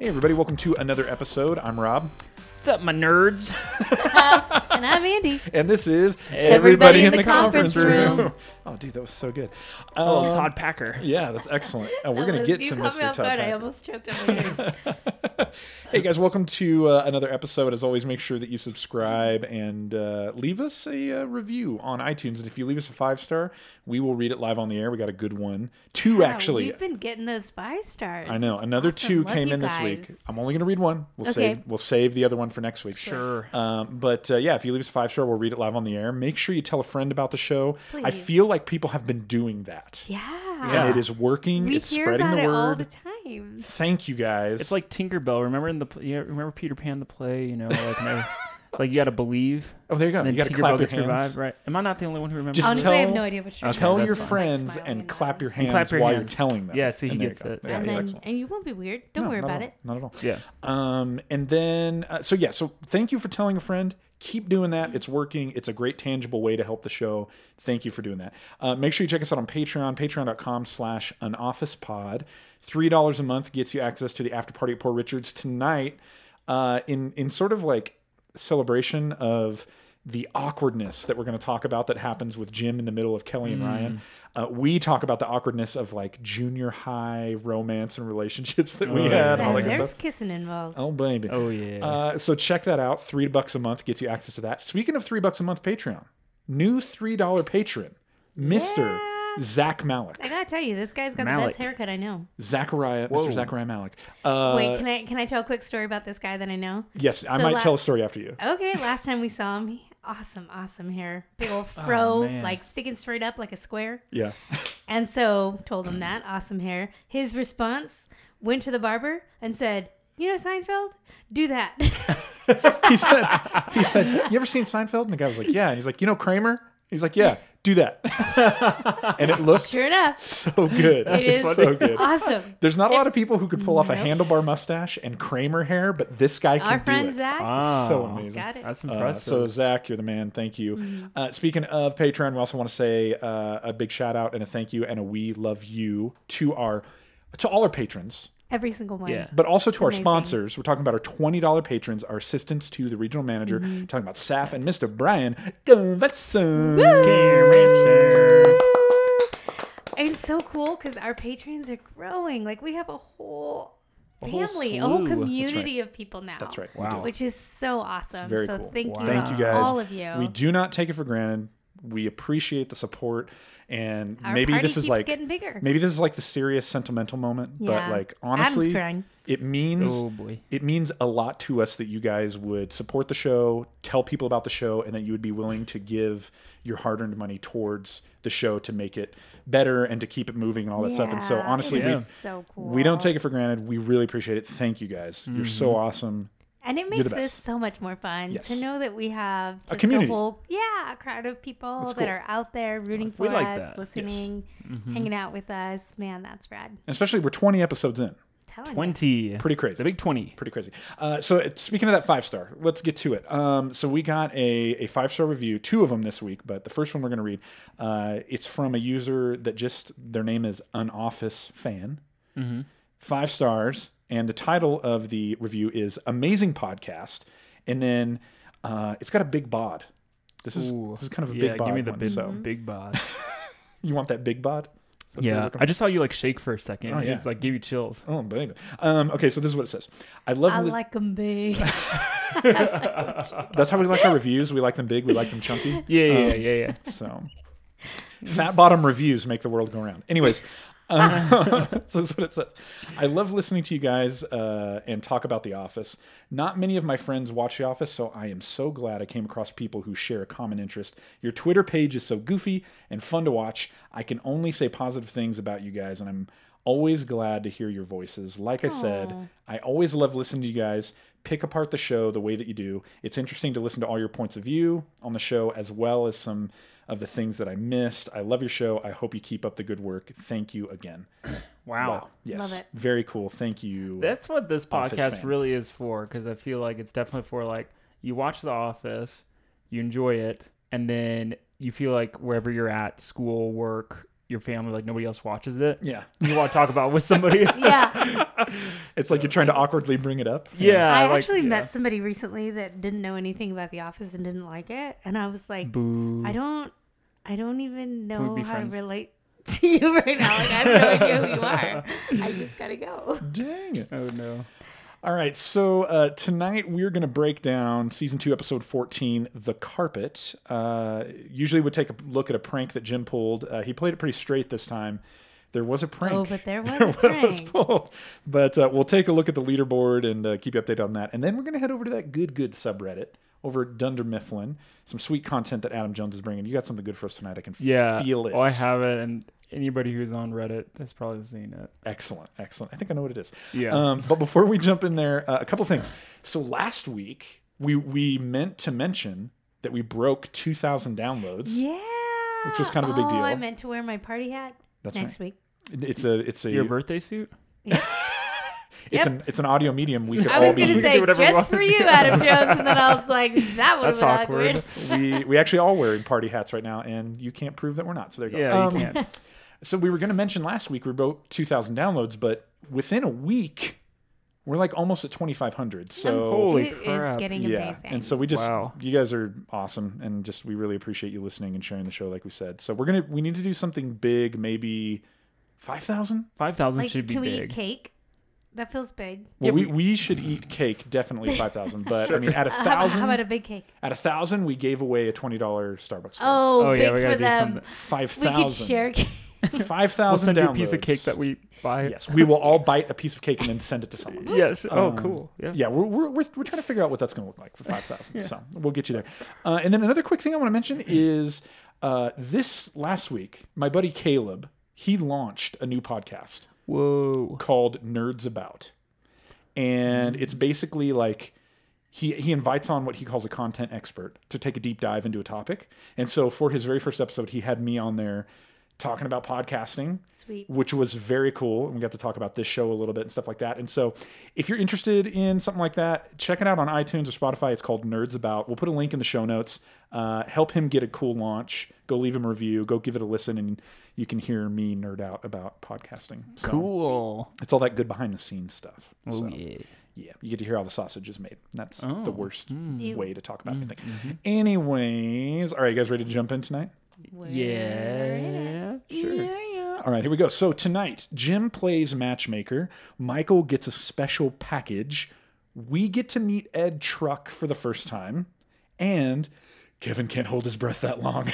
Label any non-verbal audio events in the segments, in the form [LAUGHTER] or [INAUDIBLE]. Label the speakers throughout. Speaker 1: Hey, everybody, welcome to another episode. I'm Rob,
Speaker 2: What's up, my nerds?
Speaker 3: And
Speaker 1: [LAUGHS]
Speaker 3: I'm Andy.
Speaker 1: and this is
Speaker 3: Everybody in the Conference Room.
Speaker 1: [LAUGHS] oh, dude, that was so good.
Speaker 2: Oh,
Speaker 1: Um,
Speaker 2: Todd Packer.
Speaker 1: Yeah, that's excellent. Uh, we're going to
Speaker 3: That was-
Speaker 1: get
Speaker 3: you
Speaker 1: to
Speaker 3: caught me
Speaker 1: Mr. Todd.
Speaker 3: off guard. I
Speaker 1: Packer.
Speaker 3: almost choked
Speaker 1: [LAUGHS]
Speaker 3: on my ears.
Speaker 1: Hey guys, welcome to uh, another episode. As always, make sure that you subscribe and uh, leave us a uh, review on iTunes. And if you leave us a five star, we will read it live on the air. We got a good one, two
Speaker 3: Wow,
Speaker 1: actually.
Speaker 3: We've been getting those five stars.
Speaker 1: I know
Speaker 3: This is
Speaker 1: another
Speaker 3: awesome.
Speaker 1: two
Speaker 3: Love
Speaker 1: came
Speaker 3: you
Speaker 1: in this
Speaker 3: guys.
Speaker 1: week. I'm only going to read one. We'll
Speaker 3: Okay.
Speaker 1: save we'll save the other one for next week.
Speaker 2: Sure.
Speaker 1: Um, but uh, yeah, if you leave us a five star, we'll read it live on the air. Make sure you tell a friend about the show. I
Speaker 3: Please.
Speaker 1: feel like people have been doing that,
Speaker 3: Yeah.
Speaker 1: and
Speaker 2: Yeah.
Speaker 1: it is working.
Speaker 3: We
Speaker 1: it's
Speaker 3: hear
Speaker 1: spreading
Speaker 3: about
Speaker 1: the
Speaker 3: it
Speaker 1: word.
Speaker 3: all the time.
Speaker 1: Thank you guys.
Speaker 2: It's like Tinkerbell. Remember in the pl- you know, remember Peter Pan the play? You know, like no, it's like you got to believe.
Speaker 1: oh, there you go.
Speaker 2: And
Speaker 1: You
Speaker 2: then
Speaker 1: got to
Speaker 2: Tinkerbell
Speaker 1: clap your
Speaker 2: gets
Speaker 1: hands.
Speaker 2: revived, right? Am I not the only one who remembers?
Speaker 1: Just
Speaker 3: Honestly,
Speaker 1: tell- uh,
Speaker 3: I have no idea what you're
Speaker 2: Okay,
Speaker 1: tell
Speaker 3: doing.
Speaker 1: your
Speaker 2: that's
Speaker 3: Just, like,
Speaker 1: friends
Speaker 3: smiling
Speaker 1: and clap
Speaker 3: out.
Speaker 1: your hands
Speaker 2: And clap your
Speaker 1: while
Speaker 2: hands.
Speaker 1: you're telling them.
Speaker 2: Yeah, see, he
Speaker 1: And there
Speaker 2: gets
Speaker 1: you go.
Speaker 2: it.
Speaker 1: Yeah,
Speaker 2: And
Speaker 3: And
Speaker 1: it's
Speaker 3: then,
Speaker 1: excellent.
Speaker 3: and you won't be weird. Don't
Speaker 1: No,
Speaker 3: worry
Speaker 1: not
Speaker 3: about
Speaker 1: at all.
Speaker 3: it.
Speaker 1: Not at all.
Speaker 2: Yeah.
Speaker 1: Um, and then, uh, so yeah, so thank you for telling a friend. Keep doing that. It's working. It's a great tangible way to help the show. Thank you for doing that. Uh, make sure you check us out on Patreon, patreon.com slash an office pod. $3 a month gets you access to the after party at Poor Richards tonight uh, in, in sort of like celebration of the awkwardness that we're going to talk about that happens with Jim in the middle of Kelly and Ryan. Uh, we talk about the awkwardness of like junior high romance and relationships that we
Speaker 2: Oh,
Speaker 1: had
Speaker 2: yeah.
Speaker 1: and all that
Speaker 3: And
Speaker 1: good
Speaker 3: there's
Speaker 1: stuff.
Speaker 3: kissing involved.
Speaker 1: Oh baby.
Speaker 2: Oh yeah.
Speaker 1: Uh, so check that out. Three bucks a month gets you access to that. Speaking of three bucks a month, Patreon, new three dollar patron, Mister Zach Malik,
Speaker 3: I gotta tell you, this guy's got the
Speaker 2: Malik.
Speaker 3: best haircut I know.
Speaker 1: Zachariah, Mister Zachariah Malik. Uh,
Speaker 3: Wait, can I can I tell a quick story about this guy that I know?
Speaker 1: yes, I
Speaker 3: so Oh.
Speaker 1: might
Speaker 3: la-
Speaker 1: tell a story after you.
Speaker 3: Okay, last time we saw him, he, awesome, awesome hair,
Speaker 1: [LAUGHS]
Speaker 3: big old
Speaker 1: Oh,
Speaker 3: fro,
Speaker 2: man.
Speaker 3: like sticking straight up like a square.
Speaker 1: Yeah. [LAUGHS]
Speaker 3: And so told him that awesome hair. His response went to the barber and said, "You know Seinfeld? Do that." [LAUGHS]
Speaker 1: he said, he said, you ever seen Seinfeld? And the guy was like, yeah. And he's like, you know Kramer? He's like, yeah, do that. [LAUGHS] and it looked
Speaker 3: sure enough,
Speaker 1: so good.
Speaker 3: it
Speaker 1: It's
Speaker 3: is
Speaker 1: so good.
Speaker 3: awesome.
Speaker 1: There's not a lot of people who could pull off a
Speaker 3: Nope.
Speaker 1: handlebar mustache and Kramer hair, but this guy can
Speaker 3: Our
Speaker 1: do
Speaker 3: friend
Speaker 1: it.
Speaker 3: Zach
Speaker 2: Wow.
Speaker 1: so amazing.
Speaker 3: got it.
Speaker 2: Ah. That's
Speaker 1: Uh,
Speaker 2: impressive.
Speaker 1: so Zach, you're the man. Thank you.
Speaker 3: Mm-hmm.
Speaker 1: Uh, speaking of Patreon, we also want to say uh, a big shout out and a thank you and a we love you to our to all our patrons,
Speaker 3: Every single one.
Speaker 2: Yeah.
Speaker 1: but also to our
Speaker 3: amazing.
Speaker 1: sponsors. We're talking about our twenty dollar patrons, our assistants to the regional manager.
Speaker 3: Mm-hmm.
Speaker 1: Talking about Saf and Mr. Brian Gavesson.
Speaker 2: Cameron, sir.
Speaker 3: And it's so cool because our patrons are growing. Like we have a whole
Speaker 1: whole
Speaker 3: family, a whole
Speaker 2: slew. That's right.
Speaker 3: community of people now.
Speaker 1: That's right.
Speaker 2: Wow.
Speaker 3: Which is so awesome.
Speaker 1: very
Speaker 3: so
Speaker 1: cool.
Speaker 3: thank
Speaker 2: Wow.
Speaker 3: you,
Speaker 1: Thank
Speaker 3: to
Speaker 1: you guys.
Speaker 3: all of you.
Speaker 1: We do not take it for granted. We appreciate the support, and
Speaker 3: Our
Speaker 1: maybe
Speaker 3: party
Speaker 1: this is
Speaker 3: keeps
Speaker 1: like
Speaker 3: getting bigger.
Speaker 1: maybe this is like the serious sentimental moment.
Speaker 3: Yeah.
Speaker 1: But like
Speaker 3: Adam's
Speaker 1: honestly,
Speaker 3: crying.
Speaker 1: it means
Speaker 2: Oh boy.
Speaker 1: it means a lot to us that you guys would support the show, tell people about the show, and that you would be willing to give your hard-earned money towards the show to make it better and to keep it moving and all that stuff. And so
Speaker 3: Yeah, it
Speaker 1: honestly,
Speaker 3: is
Speaker 1: we,
Speaker 3: so cool.
Speaker 1: we don't take it for granted. We really appreciate it. Thank you guys. You're so
Speaker 2: Mm-hmm.
Speaker 1: awesome.
Speaker 3: And it
Speaker 1: the
Speaker 3: makes this
Speaker 1: best.
Speaker 3: so much more fun
Speaker 1: Yes.
Speaker 3: to know that we have just
Speaker 1: community.
Speaker 3: whole, yeah, a crowd of people
Speaker 1: That's
Speaker 3: that
Speaker 1: cool.
Speaker 3: are out there rooting for
Speaker 2: We like
Speaker 3: us,
Speaker 2: that. Yes.
Speaker 3: listening, hanging out with us. Man, that's rad.
Speaker 1: And especially we're 20 episodes in.
Speaker 3: Telling you.
Speaker 2: Twenty.
Speaker 1: Pretty
Speaker 2: It's a
Speaker 1: crazy.
Speaker 2: big twenty.
Speaker 1: pretty crazy. Uh, so it's, speaking of that five star, let's get to it. Um, so we got a, a five star review, two of them this week, but the first one we're going to read, uh, it's from a user that just their name is an office fan,
Speaker 2: Mm-hmm.
Speaker 1: five stars, and the title of the review is "Amazing Podcast," and then uh, it's got a big bod. This is this is kind of a
Speaker 2: yeah,
Speaker 1: big bod.
Speaker 2: give me the
Speaker 1: one,
Speaker 2: big,
Speaker 1: So
Speaker 3: Mm-hmm.
Speaker 2: big bod.
Speaker 1: you want that big bod? That's what you're
Speaker 2: yeah,
Speaker 1: looking Oh,
Speaker 2: I just saw you like shake for a second.
Speaker 1: yeah.
Speaker 2: It's like gave you chills.
Speaker 1: for? Oh, baby. Um, okay, so this is what it says. I love.
Speaker 3: I
Speaker 1: li-
Speaker 3: like them big.
Speaker 1: that's how we like
Speaker 3: [LAUGHS]
Speaker 1: our reviews. We like them big. We like them
Speaker 2: [LAUGHS]
Speaker 1: chunky.
Speaker 2: Yeah, yeah, yeah,
Speaker 1: [LAUGHS]
Speaker 2: yeah, yeah.
Speaker 1: So, fat bottom reviews make the world go round. Anyways, um, [LAUGHS] so that's what it says. I love listening to you guys uh, and talk about The Office. Not many of my friends watch The Office, so I am so glad I came across people who share a common interest. Your Twitter page is so goofy and fun to watch. I can only say positive things about you guys, and I'm always glad to hear your voices. Like I said, I always love listening to you guys pick apart the show the way that you do. It's interesting to listen to all your points of view on the show as well as some of the things that I missed. I love your show. I hope you keep up the good work. Thank you again.
Speaker 2: Wow.
Speaker 1: Yes.
Speaker 3: Love it.
Speaker 1: Very cool. Thank you.
Speaker 2: That's what this
Speaker 1: Office
Speaker 2: podcast
Speaker 1: fan.
Speaker 2: really is for because I feel like it's definitely for like you watch The Office, you enjoy it, and then you feel like wherever you're at, school, work, your family, like nobody else watches it.
Speaker 1: Yeah.
Speaker 2: You want to talk about it
Speaker 1: [LAUGHS]
Speaker 2: with somebody?
Speaker 3: Yeah,
Speaker 1: It's like you're trying to awkwardly bring it up.
Speaker 2: [LAUGHS] yeah.
Speaker 3: I
Speaker 2: like-
Speaker 3: actually
Speaker 2: yeah.
Speaker 3: met somebody recently that didn't know anything about The Office and didn't like it, and I was like,
Speaker 2: Boo.
Speaker 3: I don't, I don't even
Speaker 2: we
Speaker 3: know
Speaker 2: be
Speaker 3: how
Speaker 2: friends?
Speaker 3: to relate [LAUGHS] to you right now. Like I have no idea who you are. I just gotta go.
Speaker 1: Dang it.
Speaker 2: Oh no.
Speaker 1: All right, so uh, tonight we're going to break down season two, episode 14, The Carpet. Uh, usually would take a look at a prank that Jim pulled. Uh, he played it pretty straight this time. There was a prank.
Speaker 3: Oh, but there
Speaker 1: [LAUGHS]
Speaker 3: was a prank.
Speaker 1: pulled. But uh, we'll take a look at the leaderboard and uh, keep you updated on that. And then we're going to head over to that good, good subreddit over at Dunder Mifflin. Some sweet content that Adam Jones is bringing. You got something good for us tonight. I can
Speaker 2: Yeah.
Speaker 1: feel it.
Speaker 2: Oh, I have it, and anybody who's on Reddit has probably seen it.
Speaker 1: Excellent, excellent. I think I know what it is.
Speaker 2: Yeah.
Speaker 1: Um, but before we jump in there, uh, a couple things. So last week we we meant to mention that we broke 2,000 downloads.
Speaker 3: Yeah,
Speaker 1: Which was kind of a big
Speaker 3: Oh, I
Speaker 1: deal.
Speaker 3: meant to wear my party hat
Speaker 1: That's
Speaker 3: next week.
Speaker 1: right. It's a it's a
Speaker 2: Your birthday suit?
Speaker 1: it's
Speaker 3: Yep.
Speaker 1: an it's an audio medium. We could
Speaker 3: [LAUGHS] I
Speaker 1: all
Speaker 3: was
Speaker 1: be [LAUGHS]
Speaker 3: gonna
Speaker 2: We can
Speaker 3: say
Speaker 2: do whatever we
Speaker 3: just
Speaker 2: want.
Speaker 3: for you, Adam Jones, and then I was like, that would
Speaker 2: That's
Speaker 3: have been awkward.
Speaker 2: awkward.
Speaker 1: we we actually all wearing party hats right now, and you can't prove that we're not. So there you go.
Speaker 2: Yeah,
Speaker 1: Um,
Speaker 2: you can't.
Speaker 1: [LAUGHS] So we were going to mention last week we broke 2,000 downloads, but within a week we're like almost at 2,500. So
Speaker 2: holy
Speaker 3: It is
Speaker 2: crap.
Speaker 3: getting
Speaker 1: yeah
Speaker 3: amazing.
Speaker 1: and so we just
Speaker 2: Wow.
Speaker 1: you guys are awesome and just we really appreciate you listening and sharing the show like we said so we're gonna we need to do something big maybe 5000
Speaker 2: Five thousand
Speaker 3: like,
Speaker 2: should be
Speaker 3: can we
Speaker 2: big.
Speaker 3: eat cake? That feels big.
Speaker 1: well we, we should eat cake
Speaker 2: [LAUGHS]
Speaker 1: definitely 5000 but i mean at a
Speaker 3: [LAUGHS] How about, how
Speaker 1: thousand
Speaker 3: about a big cake?
Speaker 1: at a thousand we gave away a $20 starbucks card.
Speaker 3: Oh,
Speaker 2: oh
Speaker 3: big
Speaker 2: yeah, we gotta
Speaker 3: for
Speaker 2: do
Speaker 3: them.
Speaker 2: something.
Speaker 3: We
Speaker 1: 5000 [LAUGHS]
Speaker 3: could share. cake. [LAUGHS]
Speaker 1: 5000
Speaker 2: I'll send you a piece of
Speaker 1: downloads.
Speaker 2: cake that we buy.
Speaker 1: yes we will all bite a piece of cake and then send it to someone
Speaker 2: Yes. Oh,
Speaker 1: Um,
Speaker 2: cool. Yeah.
Speaker 1: yeah, we're, we're, we're, we're trying to figure out what that's going to look like for 5,000. So we'll get you there. Uh, and then another quick thing I want to mention is uh, this last week, my buddy Caleb, he launched a new podcast
Speaker 2: Whoa.
Speaker 1: called Nerds About. And it's basically like he he invites on what he calls a content expert to take a deep dive into a topic. And so for his very first episode, he had me on there talking about podcasting
Speaker 3: Sweet.
Speaker 1: which was very cool. And we got to talk about this show a little bit and stuff like that. And so, if you're interested in something like that, check it out on iTunes or Spotify. It's called Nerds About. We'll put a link in the show notes. Uh, help him get a cool launch. Go leave him a review. Go give it a listen, and you can hear me nerd out about podcasting. So,
Speaker 2: Cool.
Speaker 1: It's all that good behind the scenes stuff.
Speaker 2: Oh
Speaker 1: So,
Speaker 2: yeah. Oh,
Speaker 1: yeah, you get to hear how the sausage is made. That's the worst
Speaker 2: mm.
Speaker 3: Ew.
Speaker 1: way to talk about anything.
Speaker 2: mm-hmm.
Speaker 1: Anyways, all right, you guys ready to jump in tonight?
Speaker 3: We're in it.
Speaker 2: Yeah. Sure.
Speaker 1: yeah. All right, here we go. So tonight, Jim plays matchmaker. Michael gets a special package. We get to meet Ed Truck for the first time. And Kevin can't hold his breath that [LAUGHS] long.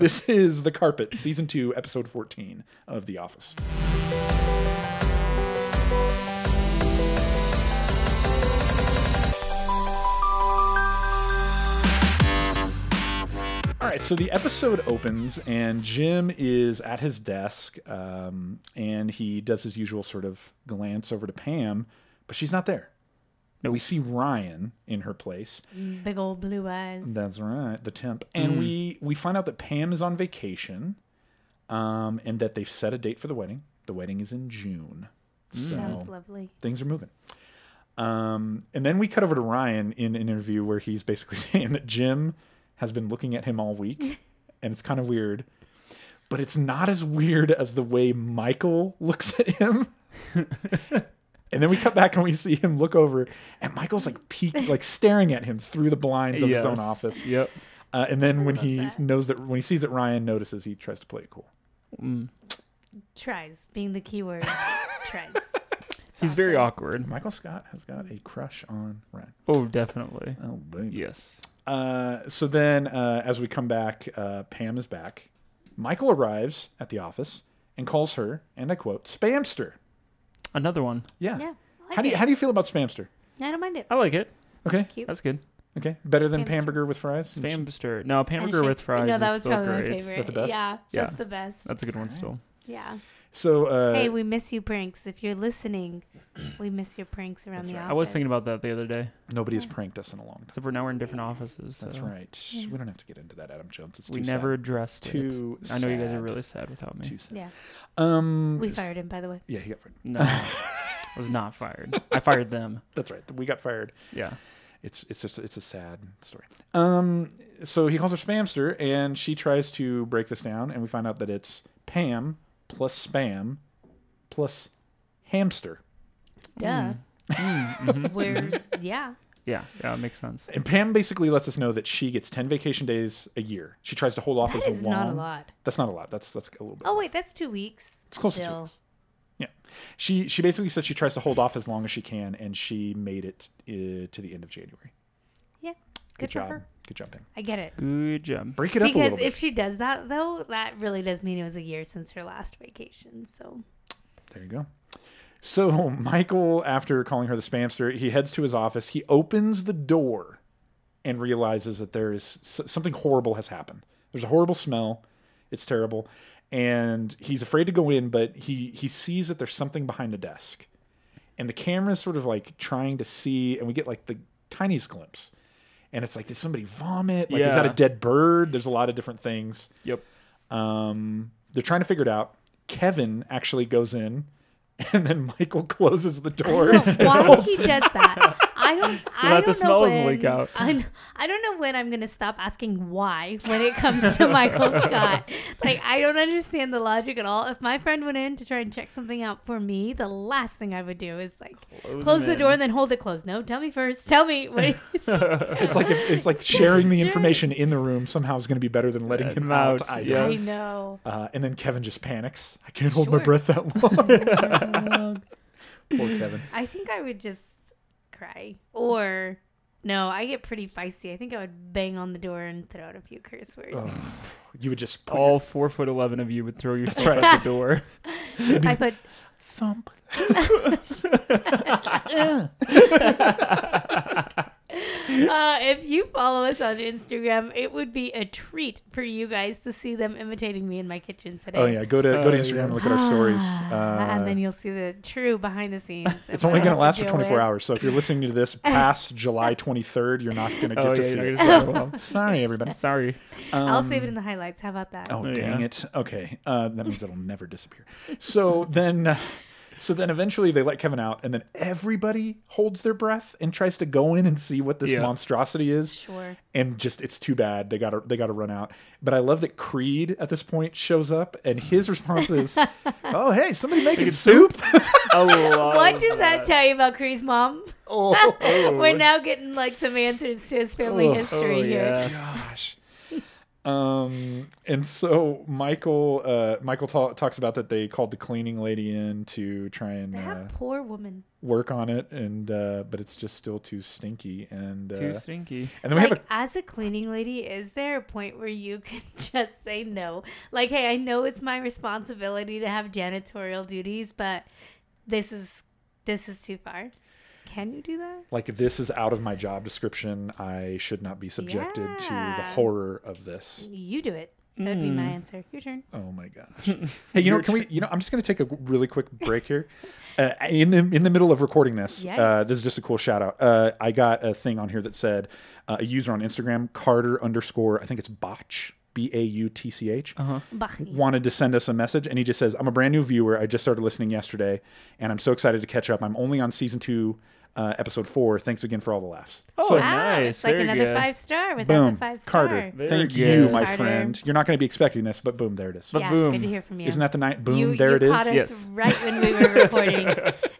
Speaker 1: this is The Carpet, Season 2, Episode 14 of The Office. All right, so the episode opens, and Jim is at his desk, um, and he does his usual sort of glance over to Pam, but she's not there. No, we see Ryan in her place.
Speaker 3: Big old blue eyes.
Speaker 1: That's right, the temp, and we we find out that Pam is on vacation, um, and that they've set a date for the wedding. The wedding is in June, so
Speaker 3: Sounds lovely.
Speaker 1: things are moving. Um, and then we cut over to Ryan in an interview where he's basically [LAUGHS] saying that Jim has been looking at him all week, and it's kind of weird. But it's not as weird as the way Michael looks at him. and then we cut back and we see him look over, and Michael's like peek, like staring at him through the blinds of his own
Speaker 2: Yes.
Speaker 1: office.
Speaker 2: Yep.
Speaker 1: Uh, and then when he
Speaker 3: that.
Speaker 1: knows that when he sees that Ryan notices, he tries to play
Speaker 2: [LAUGHS]
Speaker 1: it cool.
Speaker 2: Mm.
Speaker 3: Tries being the
Speaker 1: [LAUGHS]
Speaker 3: key word. Tries.
Speaker 2: He's very
Speaker 3: awesome.
Speaker 2: awkward.
Speaker 1: Michael Scott has got a crush on Ryan.
Speaker 2: Oh, definitely.
Speaker 1: Oh baby.
Speaker 2: Yes.
Speaker 1: Uh, so then, uh, as we come back, uh, Pam is back. Michael arrives at the office and calls her, and I quote, "Spamster."
Speaker 2: Another one.
Speaker 1: Yeah.
Speaker 3: Yeah. I like
Speaker 1: how do you
Speaker 3: it.
Speaker 1: how do you feel about Spamster?
Speaker 3: I don't mind it.
Speaker 2: I like it.
Speaker 1: Okay.
Speaker 3: Cute.
Speaker 2: That's good.
Speaker 1: Okay. Better than
Speaker 3: Spamster.
Speaker 1: Pamburger with fries.
Speaker 2: Spamster. No,
Speaker 3: And
Speaker 2: hamburger
Speaker 3: shake-
Speaker 2: with fries
Speaker 3: No, that
Speaker 2: is
Speaker 3: was
Speaker 2: still
Speaker 3: probably my
Speaker 2: great.
Speaker 3: favorite.
Speaker 1: That the best?
Speaker 3: Yeah,
Speaker 2: Yeah.
Speaker 3: that's the best.
Speaker 2: That's a good one still.
Speaker 3: yeah.
Speaker 1: So uh,
Speaker 3: hey, we miss you, pranks. If you're listening, we miss your pranks around
Speaker 1: That's
Speaker 3: the
Speaker 1: right.
Speaker 3: office.
Speaker 2: I was thinking about that the other day.
Speaker 1: nobody has pranked us in a long time.
Speaker 2: Except for now we're in different offices. So
Speaker 1: That's right. We don't have to get into that, Adam Jones. It's too
Speaker 2: We
Speaker 1: sad.
Speaker 2: never addressed
Speaker 1: Too
Speaker 2: it. I know you guys
Speaker 1: sad.
Speaker 2: are really sad without me.
Speaker 1: too sad.
Speaker 3: Yeah,
Speaker 1: Um.
Speaker 3: we
Speaker 1: s-
Speaker 3: fired him, by the way.
Speaker 1: Yeah, [LAUGHS] he got fired.
Speaker 2: No, I was not fired. I fired them.
Speaker 1: That's right. We got fired.
Speaker 2: Yeah.
Speaker 1: it's it's just it's a sad story. Um, so he calls her spamster, and she tries to break this down, and we find out that it's Pam plus spam plus hamster. Mm.
Speaker 3: Duh.
Speaker 1: mm-hmm,
Speaker 3: Where's yeah.
Speaker 2: Yeah, yeah, it makes sense.
Speaker 1: And Pam basically lets us know that she gets ten vacation days a year. She tries to hold off
Speaker 3: That
Speaker 1: as
Speaker 3: is
Speaker 1: long.
Speaker 3: not a lot.
Speaker 1: That's not a lot. That's that's a little bit.
Speaker 3: Oh wait, that's two weeks.
Speaker 1: It's close to two
Speaker 3: still.
Speaker 1: weeks. Yeah, she she basically said she tries to hold off as long as she can, and she made it uh, to the end of January.
Speaker 3: Yeah.
Speaker 1: Good,
Speaker 3: Good, for
Speaker 1: job,
Speaker 3: her.
Speaker 1: good job, Pam.
Speaker 3: I get it.
Speaker 2: Good job.
Speaker 1: Break it up a
Speaker 3: Because
Speaker 1: little bit.
Speaker 3: if she does that though, that really does mean it was a year since her last vacation. So
Speaker 1: There you go. So [LAUGHS] Michael, after calling her the spamster, he heads to his office. He opens the door and realizes that there is s- something horrible has happened. There's a horrible smell. It's terrible, and he's afraid to go in, but he he sees that there's something behind the desk, and the camera's sort of like trying to see, and we get like the tiniest glimpse, and it's like, did somebody vomit? Like, is that a
Speaker 2: Yeah.
Speaker 1: dead bird? There's a lot of different things.
Speaker 2: Yep.
Speaker 1: Um, they're trying to figure it out. Kevin actually goes in, [LAUGHS] and then Michael closes the
Speaker 3: [LAUGHS]
Speaker 1: door.
Speaker 3: I don't know why
Speaker 2: [LAUGHS]
Speaker 3: he does that. I don't.
Speaker 2: So
Speaker 3: I
Speaker 2: that
Speaker 3: don't
Speaker 2: the
Speaker 3: know
Speaker 2: smells
Speaker 3: when,
Speaker 2: leak out.
Speaker 3: I, don't- I don't know when I'm gonna stop asking why when it
Speaker 2: [LAUGHS]
Speaker 3: comes to Michael Scott. Like I don't understand the logic at all. If my friend went in to try and check something out for me, the last thing I would do is like
Speaker 2: Close
Speaker 3: close, the
Speaker 2: them
Speaker 3: door
Speaker 2: in.
Speaker 3: and then hold it closed. No, tell me first. Tell me. What
Speaker 2: [LAUGHS]
Speaker 3: is,
Speaker 1: It's like if, it's like sharing the information in the room somehow is going to be better than letting him out.
Speaker 2: Out,
Speaker 1: I
Speaker 2: yeah.
Speaker 1: don't.
Speaker 3: I know.
Speaker 1: Uh, and then Kevin just panics. I can't hold my
Speaker 3: Sure.
Speaker 1: breath that
Speaker 3: [LAUGHS]
Speaker 1: long.
Speaker 2: [LAUGHS]
Speaker 1: Poor Kevin.
Speaker 3: I think I would just cry. Or no, I get pretty feisty. I think I would bang on the door and throw out a few curse words.
Speaker 2: Oh.
Speaker 1: You would just put
Speaker 2: All four foot eleven of you would throw yourself
Speaker 1: right.
Speaker 2: out the [LAUGHS] door.
Speaker 3: [LAUGHS] I
Speaker 1: your
Speaker 3: put
Speaker 1: thump.
Speaker 3: uh, if you follow us on Instagram, it would be a treat for you guys to see them imitating me in my kitchen today. Ah,
Speaker 1: Oh yeah, go to go to
Speaker 2: Oh,
Speaker 1: Instagram
Speaker 2: yeah.
Speaker 1: and look at our
Speaker 3: [SIGHS]
Speaker 1: stories.
Speaker 3: and then
Speaker 1: Uh,
Speaker 3: you'll see the true behind
Speaker 1: [LAUGHS]
Speaker 3: the scenes. of
Speaker 1: it's only
Speaker 3: what I
Speaker 1: going
Speaker 3: have
Speaker 1: to last for
Speaker 3: deal
Speaker 1: 24
Speaker 3: with.
Speaker 1: hours. So if you're listening to
Speaker 3: [LAUGHS]
Speaker 1: this past July 23rd, you're not going to get
Speaker 2: Oh
Speaker 1: to
Speaker 2: yeah,
Speaker 1: see
Speaker 2: you're
Speaker 1: it. um,
Speaker 2: not gonna say, well,
Speaker 1: Sorry, everybody.
Speaker 2: sorry.
Speaker 3: [LAUGHS] I'll save it in the highlights. How about that?
Speaker 1: Um, Oh
Speaker 2: Oh,
Speaker 1: dang
Speaker 2: yeah.
Speaker 1: it! Okay, uh, that means it'll never disappear. So then, uh, so then eventually they let Kevin out, and then everybody holds their breath and tries to go in and see what this
Speaker 2: Yeah.
Speaker 1: monstrosity is.
Speaker 3: Sure.
Speaker 1: And just it's too bad they got to they got to run out. But I love that Creed at this point shows up, and his response [LAUGHS] is, "Oh hey, somebody making soup." [LAUGHS]
Speaker 2: A [LAUGHS] lot
Speaker 3: What
Speaker 2: of
Speaker 3: does that tell you about Cree's mom?
Speaker 1: oh
Speaker 3: [LAUGHS] We're now getting like some answers to his family
Speaker 1: Oh,
Speaker 3: history here.
Speaker 2: yeah.
Speaker 1: gosh. Um and so Michael uh Michael ta- talks about that they called the cleaning lady in to try and uh,
Speaker 3: That poor woman.
Speaker 1: work on it and uh but it's just still too stinky and uh,
Speaker 2: Too stinky.
Speaker 1: and then we
Speaker 3: Like,
Speaker 1: have a
Speaker 3: as a cleaning lady, is there a point where you [LAUGHS] can just say no? Like, hey, I know it's my responsibility to have janitorial duties, but this is this is too far. Can you do that?
Speaker 1: like this is out of my job description i should not be subjected to the
Speaker 3: Yeah.
Speaker 1: horror of this
Speaker 3: You do it. That'd be
Speaker 1: Hmm.
Speaker 3: my answer. Your turn.
Speaker 1: oh my gosh hey you know can we you know i'm just going to take a w- really quick break here uh, in the in the middle of recording this uh,
Speaker 3: Yes.
Speaker 1: this is just a cool shout out uh, i got a thing on here that said uh, a user on instagram carter underscore i think it's botch b-a-u-t-c-h
Speaker 3: Bach.
Speaker 1: wanted to send us a message and he just says i'm a brand new viewer i just started listening yesterday and i'm so excited to catch up i'm only on season two uh, episode four thanks again for all the laughs
Speaker 2: Oh,
Speaker 1: so
Speaker 3: Wow,
Speaker 2: nice.
Speaker 3: it's like
Speaker 2: Very
Speaker 3: another
Speaker 2: good.
Speaker 3: five star without
Speaker 1: boom
Speaker 3: the five star.
Speaker 1: carter
Speaker 2: Very
Speaker 1: thank
Speaker 2: good.
Speaker 1: you my
Speaker 3: Carter.
Speaker 1: friend you're not going to be expecting this but boom there it is.
Speaker 2: But
Speaker 3: yeah,
Speaker 2: boom.
Speaker 3: good to hear from you.
Speaker 1: not that night boom
Speaker 3: you,
Speaker 1: there
Speaker 3: you
Speaker 1: it is
Speaker 3: caught us
Speaker 2: Yes.
Speaker 3: right when we
Speaker 1: [LAUGHS]
Speaker 3: were recording,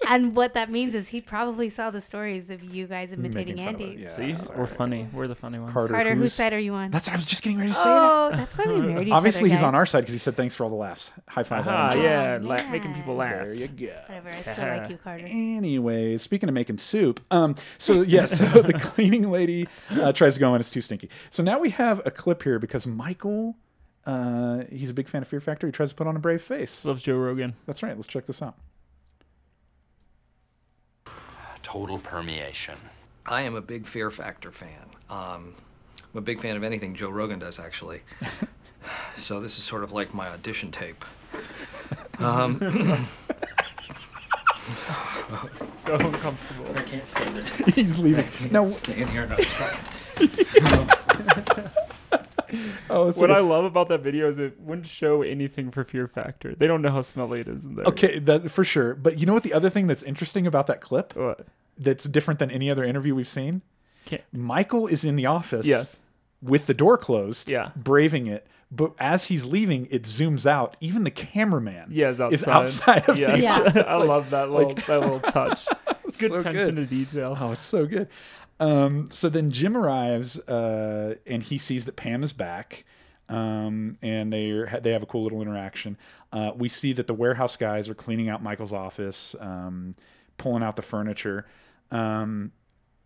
Speaker 3: and what that means is he probably saw the stories of you guys imitating
Speaker 1: fun of it,
Speaker 3: Andy's.
Speaker 1: yeah.
Speaker 2: See, we're funny. We're the funny ones.
Speaker 1: carter,
Speaker 3: Carter, whose
Speaker 1: who's
Speaker 3: side are you on?
Speaker 1: that's i was just getting ready to say that
Speaker 3: Oh, that's why we married each
Speaker 1: obviously
Speaker 3: other.
Speaker 1: he's on
Speaker 3: guys.
Speaker 1: our side because he said thanks for all the laughs high five
Speaker 2: Ah,
Speaker 1: Adam Jones.
Speaker 2: yeah,
Speaker 3: Oh,
Speaker 2: la- making
Speaker 3: man.
Speaker 2: people laugh.
Speaker 1: there you go
Speaker 3: Whatever, I still like you, Carter.
Speaker 1: Anyway, speaking of making soup, um, so yeah, so [LAUGHS] the cleaning lady uh, tries to go in. It's too stinky. So now we have a clip here because Michael, uh, he's a big fan of Fear Factor. He tries to put on a brave face.
Speaker 2: Loves Joe Rogan.
Speaker 1: That's right. Let's check this out. [LAUGHS]
Speaker 4: total permeation.
Speaker 5: I am a big Fear Factor fan. Um, I'm a big fan of anything Joe Rogan does, [LAUGHS] actually. so this is sort of like my audition [LAUGHS] tape.
Speaker 2: [LAUGHS]
Speaker 6: Um,
Speaker 2: So uncomfortable.
Speaker 5: I can't stand it.
Speaker 1: he's leaving. No,
Speaker 5: Stay in here another second.
Speaker 1: oh, it's
Speaker 2: What I love about that video is it wouldn't show anything for Fear Factor. They don't know how smelly it is in there.
Speaker 1: okay, that for sure. But you know what? The other thing that's interesting about that clip,
Speaker 2: What?
Speaker 1: that's different than any other interview we've seen,
Speaker 2: Can't-
Speaker 1: Michael is in the office.
Speaker 2: Yes.
Speaker 1: With the door closed.
Speaker 2: Yeah.
Speaker 1: Braving it. But as he's leaving, it zooms out. Even the cameraman
Speaker 2: Yeah, it's outside.
Speaker 1: is outside of
Speaker 2: yes.
Speaker 1: the
Speaker 3: Yeah.
Speaker 2: [LAUGHS] I love that little that little
Speaker 1: [LAUGHS]
Speaker 2: touch. Good
Speaker 1: so good.
Speaker 2: attention to detail.
Speaker 1: [LAUGHS] Oh, it's so good. Um, so then Jim arrives uh, and he sees that Pam is back. Um, and they are, they have a cool little interaction. Uh, we see that the warehouse guys are cleaning out Michael's office, um, pulling out the furniture. Um,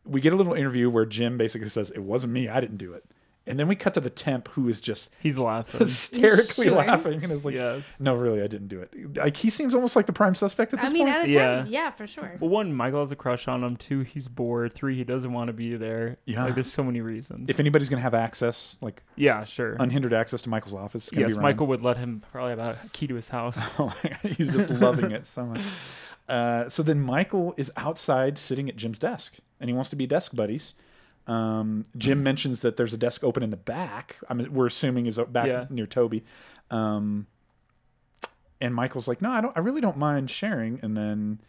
Speaker 1: we get a little interview where Jim basically says, "It wasn't me. I didn't do it." And then we cut to the temp who is just
Speaker 2: He's laughing.
Speaker 1: hysterically
Speaker 3: Sure.
Speaker 1: laughing and is like,
Speaker 2: yes.
Speaker 1: "No, really, I didn't do it." Like he seems almost like the prime suspect at this
Speaker 3: I mean,
Speaker 1: point.
Speaker 3: at the
Speaker 2: Yeah.
Speaker 3: time, yeah, for sure.
Speaker 2: Well, one, Michael has a crush on him. Two, he's bored. Three, he doesn't want to be there.
Speaker 1: Yeah.
Speaker 2: Like, there's so many reasons.
Speaker 1: if anybody's gonna have access, like
Speaker 2: yeah, sure.
Speaker 1: unhindered access to Michael's office. It's gonna be
Speaker 2: Yes,
Speaker 1: Ryan. [LAUGHS]
Speaker 2: Michael would let him probably have a key to his house.
Speaker 1: Oh my God, He's just loving it so
Speaker 2: [LAUGHS]
Speaker 1: much. Uh, so then Michael is outside sitting at Jim's desk, and he wants to be desk buddies. Um, Jim
Speaker 2: Mm-hmm.
Speaker 1: mentions that there's a desk open in the back. I mean, we're assuming is back
Speaker 2: Yeah.
Speaker 1: near Toby. Um, and Michael's like, "No, I don't. I really don't mind sharing." And then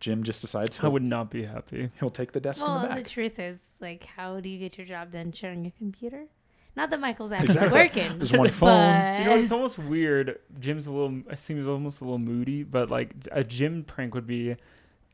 Speaker 1: Jim just decides
Speaker 2: I
Speaker 1: he'll,
Speaker 2: would not be happy.
Speaker 1: he'll take the desk in
Speaker 3: Well,
Speaker 1: the
Speaker 3: the,
Speaker 1: back.
Speaker 3: truth is, like, how do you get your job done sharing a computer? Not that Michael's actually
Speaker 1: Exactly.
Speaker 3: working.
Speaker 1: There's one phone.
Speaker 3: [LAUGHS] but-
Speaker 2: You know, it's almost weird. Jim's a little, it seems almost a little moody, but like a Jim prank would be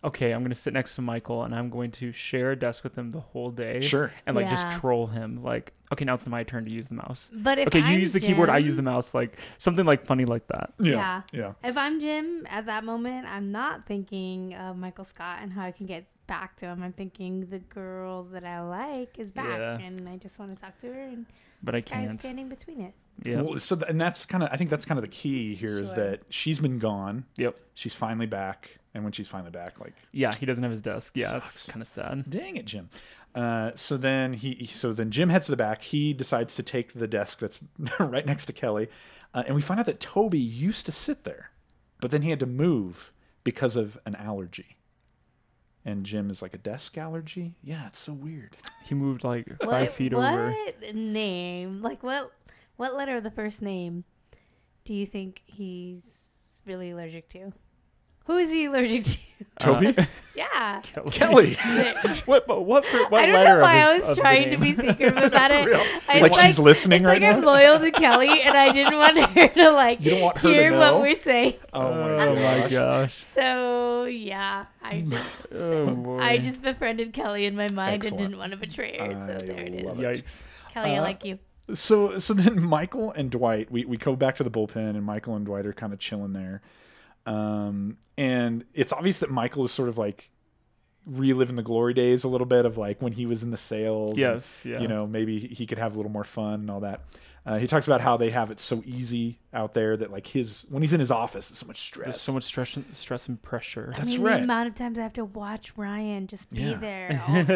Speaker 2: okay, I'm going to sit next to Michael and I'm going to share a desk with him the whole day.
Speaker 1: Sure.
Speaker 2: And like
Speaker 3: Yeah.
Speaker 2: just troll him. Like, okay, now it's my turn to use the mouse.
Speaker 3: But if
Speaker 2: okay, you
Speaker 3: I'm
Speaker 2: use the keyboard, I
Speaker 3: Jim-
Speaker 2: use the mouse. Like something like funny like that.
Speaker 1: yeah,
Speaker 3: Yeah.
Speaker 1: yeah.
Speaker 3: If I'm Jim at that moment, I'm not thinking of Michael Scott and how I can get back to him. I'm thinking the girl that I like is back,
Speaker 2: Yeah.
Speaker 3: and I just want to talk to her. And
Speaker 2: But
Speaker 3: this
Speaker 2: I
Speaker 3: guy's
Speaker 2: can't.
Speaker 3: standing between it.
Speaker 2: Yeah.
Speaker 1: Well, so th- and that's kind of I think that's kind of the key here is
Speaker 3: Sure.
Speaker 1: that she's been gone.
Speaker 2: Yep.
Speaker 1: She's finally back, and when she's finally back, like
Speaker 2: Yeah, he doesn't have his desk. Yeah,
Speaker 1: Sucks.
Speaker 2: that's kind of sad.
Speaker 1: Dang it, Jim. Uh, so then he, he- so then Jim heads to the back. He decides to take the desk that's [LAUGHS] right next to Kelly, uh, and we find out that Toby used to sit there, but then he had to move because of an allergy. And Jim is like a desk allergy. Yeah, it's so weird.
Speaker 2: He moved like five
Speaker 3: What,
Speaker 2: feet
Speaker 3: what
Speaker 2: over.
Speaker 3: name? Like what? What letter of the first name do you think he's really allergic to? Who is he allergic to? [LAUGHS]
Speaker 1: Toby,
Speaker 3: yeah.
Speaker 1: Uh, [LAUGHS] Kelly.
Speaker 2: What? But what? For, what
Speaker 3: I don't
Speaker 2: letter
Speaker 3: know why
Speaker 2: of
Speaker 3: I
Speaker 2: his,
Speaker 3: was
Speaker 2: of the
Speaker 3: trying
Speaker 2: [LAUGHS]
Speaker 3: to
Speaker 2: name?
Speaker 1: [LAUGHS]
Speaker 3: be secretive about it. I
Speaker 1: Like
Speaker 3: was
Speaker 1: she's listening
Speaker 3: it's
Speaker 1: right
Speaker 3: like I'm
Speaker 1: now?
Speaker 3: [LAUGHS] loyal to Kelly, and I didn't want
Speaker 1: [LAUGHS]
Speaker 3: her to like
Speaker 1: You don't want her to
Speaker 3: hear
Speaker 1: know?
Speaker 3: what we're saying.
Speaker 1: [LAUGHS] Oh my [LAUGHS]
Speaker 2: Oh my
Speaker 1: gosh.
Speaker 3: [LAUGHS]
Speaker 2: gosh!
Speaker 3: So yeah,
Speaker 1: [LAUGHS]
Speaker 3: I just
Speaker 2: Oh boy!
Speaker 3: I just befriended Kelly in my mind
Speaker 1: Excellent.
Speaker 3: and didn't want to betray her.
Speaker 1: I
Speaker 3: so there it is.
Speaker 1: love it.
Speaker 2: yikes!
Speaker 3: Kelly, I
Speaker 1: Uh,
Speaker 3: like you.
Speaker 1: So so then [LAUGHS] Michael and Dwight, we, we go back to the bullpen and Michael and Dwight are kind of chilling there. Um, and it's obvious that Michael is sort of like reliving the glory days a little bit of like when he was in the sales. and,
Speaker 2: Yes, yeah.
Speaker 1: You know, maybe he could have a little more fun and all that. Uh, he talks about how they have it so easy out there that like his when he's in his office, it's so much stress.
Speaker 2: There's so much stress, and, stress and pressure.
Speaker 1: That's
Speaker 3: I mean,
Speaker 1: right.
Speaker 3: The amount of times I have to watch Ryan just be
Speaker 1: Yeah. [LAUGHS]
Speaker 3: there, all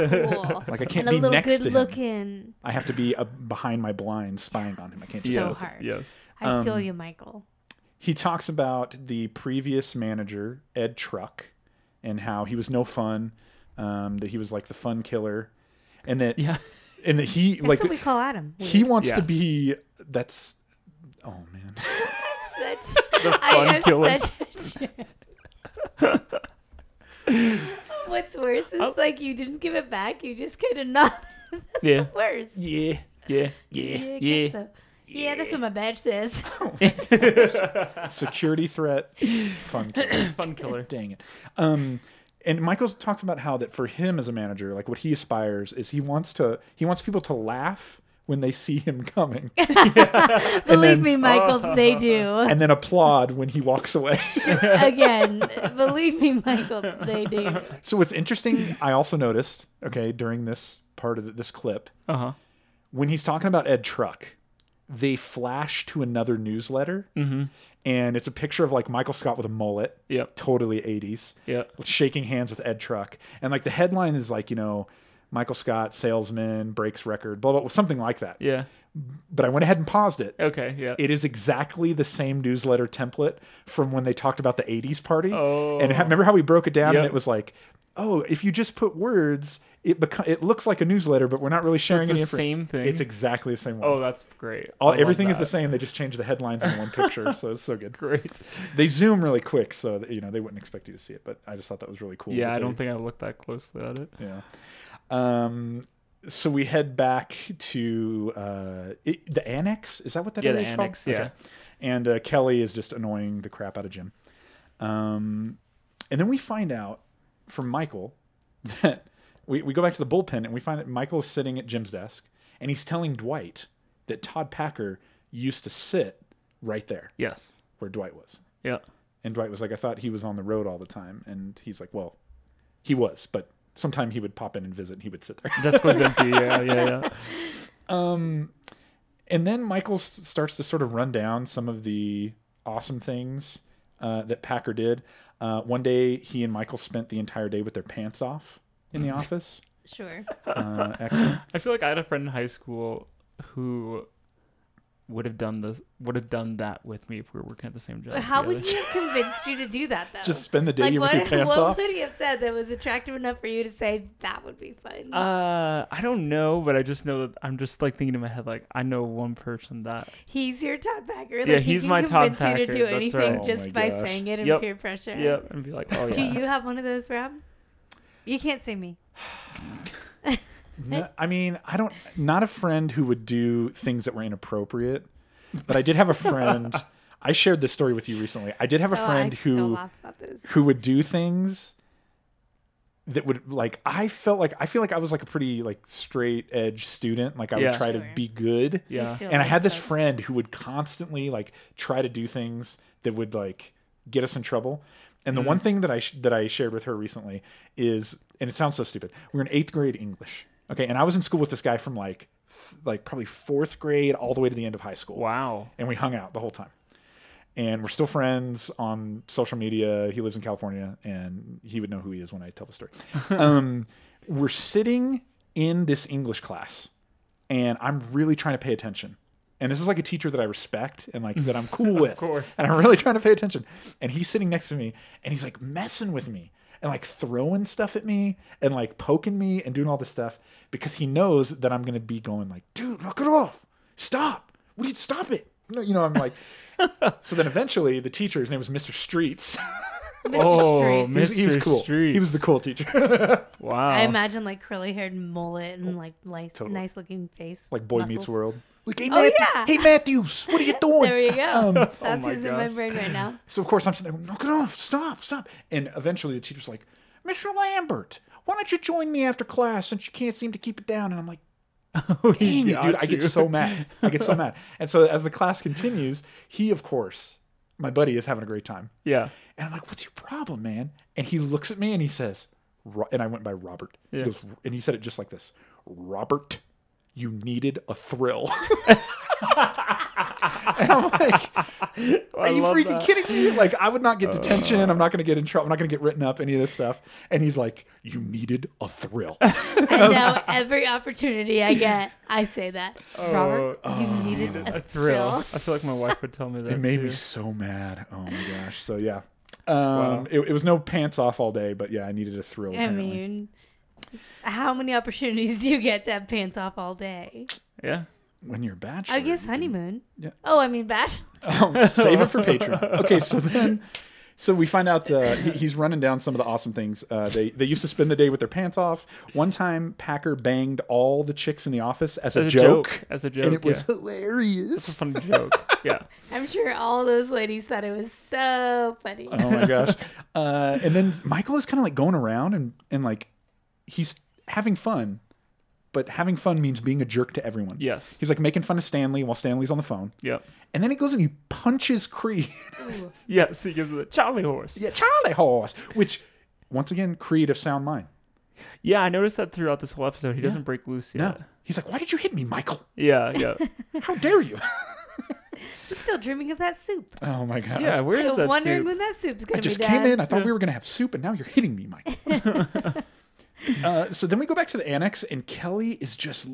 Speaker 3: cool,
Speaker 1: Like, I can't
Speaker 3: and a
Speaker 1: be
Speaker 3: little
Speaker 1: next
Speaker 3: good
Speaker 1: to him.
Speaker 3: looking.
Speaker 1: I have to be uh, behind my blind spying on him. I can't just
Speaker 3: So
Speaker 2: yes,
Speaker 3: hard.
Speaker 2: yes.
Speaker 3: I
Speaker 1: Um,
Speaker 3: feel you, Michael.
Speaker 1: he talks about the previous manager ed truck and how he was no fun um, that he was like the fun killer and that
Speaker 2: Yeah.
Speaker 1: and that he
Speaker 3: That's what we
Speaker 1: like
Speaker 3: call Adam.
Speaker 1: he
Speaker 3: Weird.
Speaker 1: wants
Speaker 2: Yeah.
Speaker 1: to be that's oh man [LAUGHS]
Speaker 3: such,
Speaker 2: fun
Speaker 3: [LAUGHS] I am
Speaker 2: killer.
Speaker 3: such a [LAUGHS]
Speaker 1: [LAUGHS]
Speaker 3: What's worse is
Speaker 1: Oh.
Speaker 3: like you didn't give it back. You just could have not. [LAUGHS] That's
Speaker 2: Yeah.
Speaker 3: the worse.
Speaker 1: [LAUGHS] yeah
Speaker 2: Yeah.
Speaker 3: Yeah. I guess
Speaker 2: Yeah.
Speaker 3: so. Yeah, that's what my
Speaker 1: [LAUGHS]
Speaker 3: badge says.
Speaker 1: security threat fun killer.
Speaker 3: [COUGHS]
Speaker 2: Fun [LAUGHS] killer.
Speaker 1: dang it um and michael talks about how that for him as a manager like what he aspires is he wants to he wants people to laugh when they see him
Speaker 3: [LAUGHS]
Speaker 1: coming
Speaker 3: Believe
Speaker 1: then-
Speaker 3: me, Michael,
Speaker 1: [LAUGHS]
Speaker 3: they do.
Speaker 1: and then applaud when he walks away
Speaker 3: Again, believe me, Michael,
Speaker 1: [LAUGHS]
Speaker 3: they do.
Speaker 1: So what's interesting, I also noticed, okay, during this part of the, this clip,
Speaker 2: Uh huh.
Speaker 1: when he's talking about Ed Truck, they flash to another newsletter,
Speaker 2: Mm-hmm.
Speaker 1: and it's a picture of like Michael Scott with a mullet,
Speaker 2: Yep.
Speaker 1: totally '80s,
Speaker 2: Yeah.
Speaker 1: shaking hands with Ed Truck, and like the headline is like you know. Michael Scott, salesman, breaks record, blah, blah, blah, something like that.
Speaker 2: Yeah.
Speaker 1: But I went ahead and paused it.
Speaker 2: Okay. Yeah.
Speaker 1: It is exactly the same newsletter template from when they talked about the 80s party. And ha- remember how we broke it down and
Speaker 2: Yep.
Speaker 1: it was like, oh, if you just put words, it beco- it looks like a newsletter, but we're not really sharing
Speaker 2: It's the
Speaker 1: any information.
Speaker 2: same thing.
Speaker 1: It's exactly the same one.
Speaker 2: oh, that's great.
Speaker 1: All,
Speaker 2: I love
Speaker 1: everything is
Speaker 2: that.
Speaker 1: the same. They just change the headlines in one picture. so it's so good.
Speaker 2: [LAUGHS] Great.
Speaker 1: They zoom really quick, so that, you know they wouldn't expect you to see it. But I just thought that was really cool.
Speaker 2: Yeah,
Speaker 1: that
Speaker 2: I
Speaker 1: they-
Speaker 2: don't think I looked that closely at it.
Speaker 1: yeah. Um, so we head back to uh, it, the annex. Is that what that
Speaker 2: Yeah, the
Speaker 1: area's
Speaker 2: annex,
Speaker 1: called?
Speaker 2: yeah.
Speaker 1: And uh, Kelly is just annoying the crap out of Jim. Um, and then we find out from Michael [LAUGHS] that we, we go back to the bullpen and we find that Michael's sitting at Jim's desk and he's telling Dwight that Todd Packer used to sit right there
Speaker 2: Yes.
Speaker 1: where Dwight was.
Speaker 2: Yeah.
Speaker 1: And Dwight was like, I thought he was on the road all the time. And he's like, well, he was, but sometime he would pop in and visit and he would sit there. Um,
Speaker 2: Desk was empty. Yeah, yeah,
Speaker 1: [LAUGHS]
Speaker 2: yeah.
Speaker 1: and then Michael s- starts to sort of run down some of the awesome things uh, that Packer did. Uh, one day, he and Michael spent the entire day with their pants off in the office.
Speaker 3: Sure.
Speaker 1: Uh, excellent.
Speaker 2: I feel like I had a friend in high school who would have done this would have done that with me if we were working at the same job.
Speaker 3: How would
Speaker 2: together.
Speaker 3: he have convinced you to do that though?
Speaker 1: Just spend the day
Speaker 3: like
Speaker 1: with
Speaker 3: what,
Speaker 1: your pants
Speaker 3: what
Speaker 1: off.
Speaker 3: would he have said that was attractive enough for you to say that would be
Speaker 2: [LAUGHS]
Speaker 3: fun?
Speaker 2: Uh, I don't know, but I just know that I'm just like thinking in my head, like I know one person that.
Speaker 3: he's your Todd Packer. Like,
Speaker 2: Yeah,
Speaker 3: he
Speaker 2: he's
Speaker 3: can
Speaker 2: my Todd
Speaker 3: convince you
Speaker 2: Packer,
Speaker 3: to do
Speaker 2: that's
Speaker 3: anything
Speaker 2: right. Oh
Speaker 3: just
Speaker 1: my
Speaker 3: by
Speaker 1: gosh.
Speaker 3: saying it and
Speaker 2: Yep.
Speaker 3: peer pressure.
Speaker 2: Yep, and be like, oh yeah.
Speaker 3: Do you have one of those, Rob? You can't say me.
Speaker 1: No, I mean, I don't. Not a friend who would do things that were inappropriate, but I did
Speaker 3: [LAUGHS]
Speaker 1: have a friend. I shared this story with you recently. I did have a
Speaker 3: Oh,
Speaker 1: friend
Speaker 3: I still
Speaker 1: who
Speaker 3: laugh about this.
Speaker 1: who would do things that would like I felt like I feel like I was like a pretty like straight edge student. Like I would
Speaker 2: Yeah.
Speaker 1: try to
Speaker 3: Sure.
Speaker 1: be good.
Speaker 3: You
Speaker 2: Yeah.
Speaker 3: still
Speaker 1: And I
Speaker 3: like
Speaker 1: had this
Speaker 3: folks.
Speaker 1: friend who would constantly like try to do things that would like get us in trouble. And the one thing that I sh- that I shared with her recently is, and it sounds so stupid. We were in eighth grade English, okay, and I was in school with this guy from like, f- like probably fourth grade all the way to the end of high school
Speaker 2: Wow.
Speaker 1: and we hung out the whole time. And we're still friends on social media. He lives in California, and he would know who he is when I tell the story. um, we're sitting in this English class, and I'm really trying to pay attention. And this is like a teacher that I respect and like that I'm cool with.
Speaker 2: course.
Speaker 1: And I'm really trying to pay attention. And he's sitting next to me, and he's like messing with me and like throwing stuff at me and like poking me and doing all this stuff because he knows that I'm gonna be going like, dude, knock it off, stop, what do you stop it? No, you know, I'm like. so then eventually, the teacher, his name was Mr. Streets. [LAUGHS]
Speaker 3: Mr.
Speaker 2: Oh,
Speaker 3: Streets.
Speaker 1: he, was, he was
Speaker 2: Mr.
Speaker 1: cool. He was the
Speaker 2: Streets.
Speaker 1: cool teacher, [LAUGHS]
Speaker 2: Wow.
Speaker 3: I imagine like curly haired mullet and like nice,
Speaker 1: Oh. Totally.
Speaker 3: nice looking face.
Speaker 1: like Boy Meets
Speaker 3: muscles. Oh,
Speaker 1: World. Like, hey,
Speaker 3: yeah.
Speaker 1: hey Matthews, what are
Speaker 3: [LAUGHS]
Speaker 1: you doing?
Speaker 3: There you
Speaker 1: [LAUGHS] Oh,
Speaker 3: go. That's
Speaker 2: my
Speaker 3: who's in my
Speaker 2: gosh.
Speaker 3: brain right now.
Speaker 1: So of course I'm sitting there, knock it off, stop, stop. And eventually the teacher's like, Mr. Lambert, why don't you join me after class since you can't seem to keep it down? And
Speaker 2: [LAUGHS]
Speaker 1: I'm like, Dang it,
Speaker 2: Oh, got
Speaker 1: dude, I get
Speaker 2: you.
Speaker 1: so mad. I get
Speaker 2: [LAUGHS]
Speaker 1: so mad. And so as the class continues, he of course, my buddy is having a great time.
Speaker 2: yeah.
Speaker 1: And I'm like, what's your problem, man? And he looks at me and he says, "Ro-" and I went by Robert. He
Speaker 2: Yeah.
Speaker 1: goes, and he said it just like this Robert, you needed a thrill. [LAUGHS] and I'm like, are
Speaker 2: Oh, I
Speaker 1: you
Speaker 2: love
Speaker 1: freaking
Speaker 2: that. Oh.
Speaker 1: kidding me? Like, I would not get detention. I'm not going to get in trouble. I'm not going to get written up, any of this stuff. And he's like, you needed a thrill.
Speaker 3: And now every opportunity I get, I say that.
Speaker 1: Oh,
Speaker 3: Robert, you needed a,
Speaker 2: A thrill.
Speaker 3: thrill.
Speaker 2: I feel like my wife would tell me that.
Speaker 1: It made me
Speaker 2: [LAUGHS] too.
Speaker 1: so mad. Oh my gosh. So yeah. Um, it, it was no pants off all day, but yeah, I needed a thrill.
Speaker 3: I
Speaker 1: Apparently.
Speaker 3: mean, how many opportunities do you get to have pants off all day?
Speaker 2: Yeah.
Speaker 1: when you're a bachelor,
Speaker 3: I guess
Speaker 1: you can-
Speaker 3: honeymoon.
Speaker 1: Yeah.
Speaker 3: Oh, I mean, bachelor.
Speaker 1: [LAUGHS] Oh, save it for Patreon. Okay, so then, so we find out uh, he, he's running down some of the awesome things. Uh, they they used to spend the day with their pants off. One time, Packer banged all the chicks in the office as, a,
Speaker 2: As a
Speaker 1: joke,
Speaker 2: joke, as a
Speaker 1: and
Speaker 2: joke,
Speaker 1: it was
Speaker 2: yeah. It's a
Speaker 1: hilarious.
Speaker 2: funny joke. Yeah.
Speaker 3: I'm sure all those ladies thought it was so funny.
Speaker 1: [LAUGHS] Oh my gosh! [LAUGHS] Uh, and then Michael is kind of like going around and and like he's having fun, but having fun means being a jerk to everyone.
Speaker 2: Yes.
Speaker 1: He's like making fun of Stanley while Stanley's on the phone,
Speaker 2: Yep.
Speaker 1: and then he goes and he punches Creed. [LAUGHS]
Speaker 2: Yes. He gives it a Charlie horse.
Speaker 1: yeah, Charlie horse. Which, once again, Creed of sound mind.
Speaker 2: Yeah, I noticed that throughout this whole episode. He doesn't break loose
Speaker 1: No.
Speaker 2: yet.
Speaker 1: He's like, why did you hit me, Michael?
Speaker 2: Yeah, yeah.
Speaker 1: How dare you?
Speaker 3: I'm still dreaming of that soup.
Speaker 1: [LAUGHS] oh my god.
Speaker 2: [LAUGHS] yeah, where is
Speaker 3: Still
Speaker 2: that
Speaker 3: wondering
Speaker 2: suit?
Speaker 3: when that soup's
Speaker 1: I
Speaker 3: gonna
Speaker 1: just
Speaker 3: be
Speaker 1: came
Speaker 3: done.
Speaker 1: in. I thought we were gonna have soup, and now you're hitting me, Michael.
Speaker 3: [LAUGHS]
Speaker 1: [LAUGHS] uh, so then we go back to the annex, and Kelly is just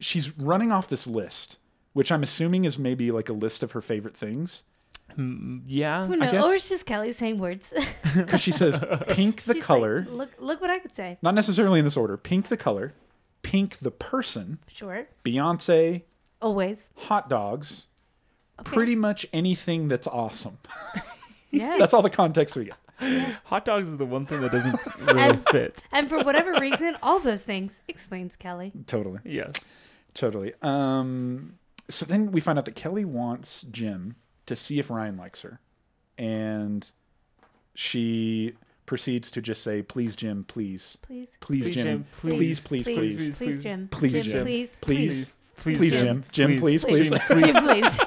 Speaker 1: she's running off this list, which I'm assuming is maybe like a list of her favorite things,
Speaker 2: Yeah.
Speaker 3: Who knows?
Speaker 1: guess-
Speaker 3: Or it's just Kelly
Speaker 1: [LAUGHS]
Speaker 3: saying words.
Speaker 1: because she [LAUGHS] says pink the
Speaker 3: She's like,
Speaker 1: color,
Speaker 3: look, look what I could say.
Speaker 1: not necessarily in this order. Pink the color, pink the person,
Speaker 3: Sure.
Speaker 1: Beyonce,
Speaker 3: Always.
Speaker 1: hot dogs, pretty much anything that's awesome.
Speaker 3: [LAUGHS] Yeah.
Speaker 1: That's all the context we get.
Speaker 2: Hot dogs is the one thing that doesn't
Speaker 3: [LAUGHS]
Speaker 2: really
Speaker 3: And-
Speaker 2: fit.
Speaker 3: And for whatever reason, all those things explains Kelly.
Speaker 1: Totally.
Speaker 2: Yes.
Speaker 1: Totally. Um, so then we find out that Kelly wants Jim to see if Ryan likes her. And she proceeds to just say, please, Jim, please.
Speaker 3: Please.
Speaker 1: Please,
Speaker 2: Please,
Speaker 1: Jim.
Speaker 2: Jim,
Speaker 1: Please, please,
Speaker 2: please,
Speaker 3: Please, please,
Speaker 1: please.
Speaker 2: please.
Speaker 3: Jim.
Speaker 1: Please,
Speaker 3: Jim,
Speaker 1: Jim.
Speaker 3: Please,
Speaker 1: Please.
Speaker 3: please,
Speaker 2: Please,
Speaker 1: Please, Jim. Jim, please, please.
Speaker 3: [LAUGHS]
Speaker 2: Jim,
Speaker 3: Jim, please.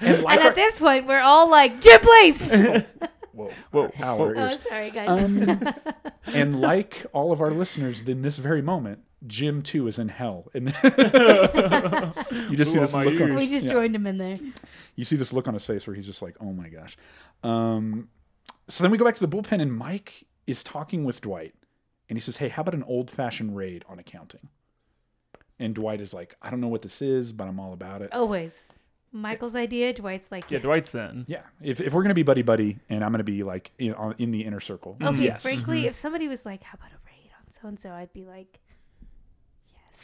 Speaker 1: And like
Speaker 3: and
Speaker 1: our-
Speaker 3: at this point, we're all like, Jim,
Speaker 1: [LAUGHS]
Speaker 3: please.
Speaker 1: Whoa,
Speaker 2: Whoa,
Speaker 1: our- our
Speaker 2: whoa.
Speaker 3: oh,
Speaker 1: ears.
Speaker 3: sorry, guys. [LAUGHS]
Speaker 1: Um, and like all of our listeners, in this very moment, Jim too is in
Speaker 2: [LAUGHS]
Speaker 1: hell. [LAUGHS] And you just see
Speaker 2: Ooh,
Speaker 1: this
Speaker 2: my
Speaker 1: look on
Speaker 2: ears.
Speaker 3: we just
Speaker 1: yeah.
Speaker 3: joined him in there.
Speaker 1: you see this look on his face where he's just like, "Oh my gosh." Um, so then we go back to the bullpen, and Mike is talking with Dwight, and he says, "Hey, how about an old-fashioned raid on accounting?" And Dwight is like, "I don't know what this is, but I'm all about
Speaker 3: Oh.
Speaker 1: it."
Speaker 3: Always. Michael's idea, Dwight's like,
Speaker 2: Yeah,
Speaker 3: yes.
Speaker 2: Dwight's in.
Speaker 1: Yeah, if, if we're gonna be buddy buddy, and I'm gonna be like in, on, in the inner circle,
Speaker 3: Okay,
Speaker 1: mm-hmm. yes,
Speaker 3: frankly, if somebody was like, how about a raid on so and so, I'd be like,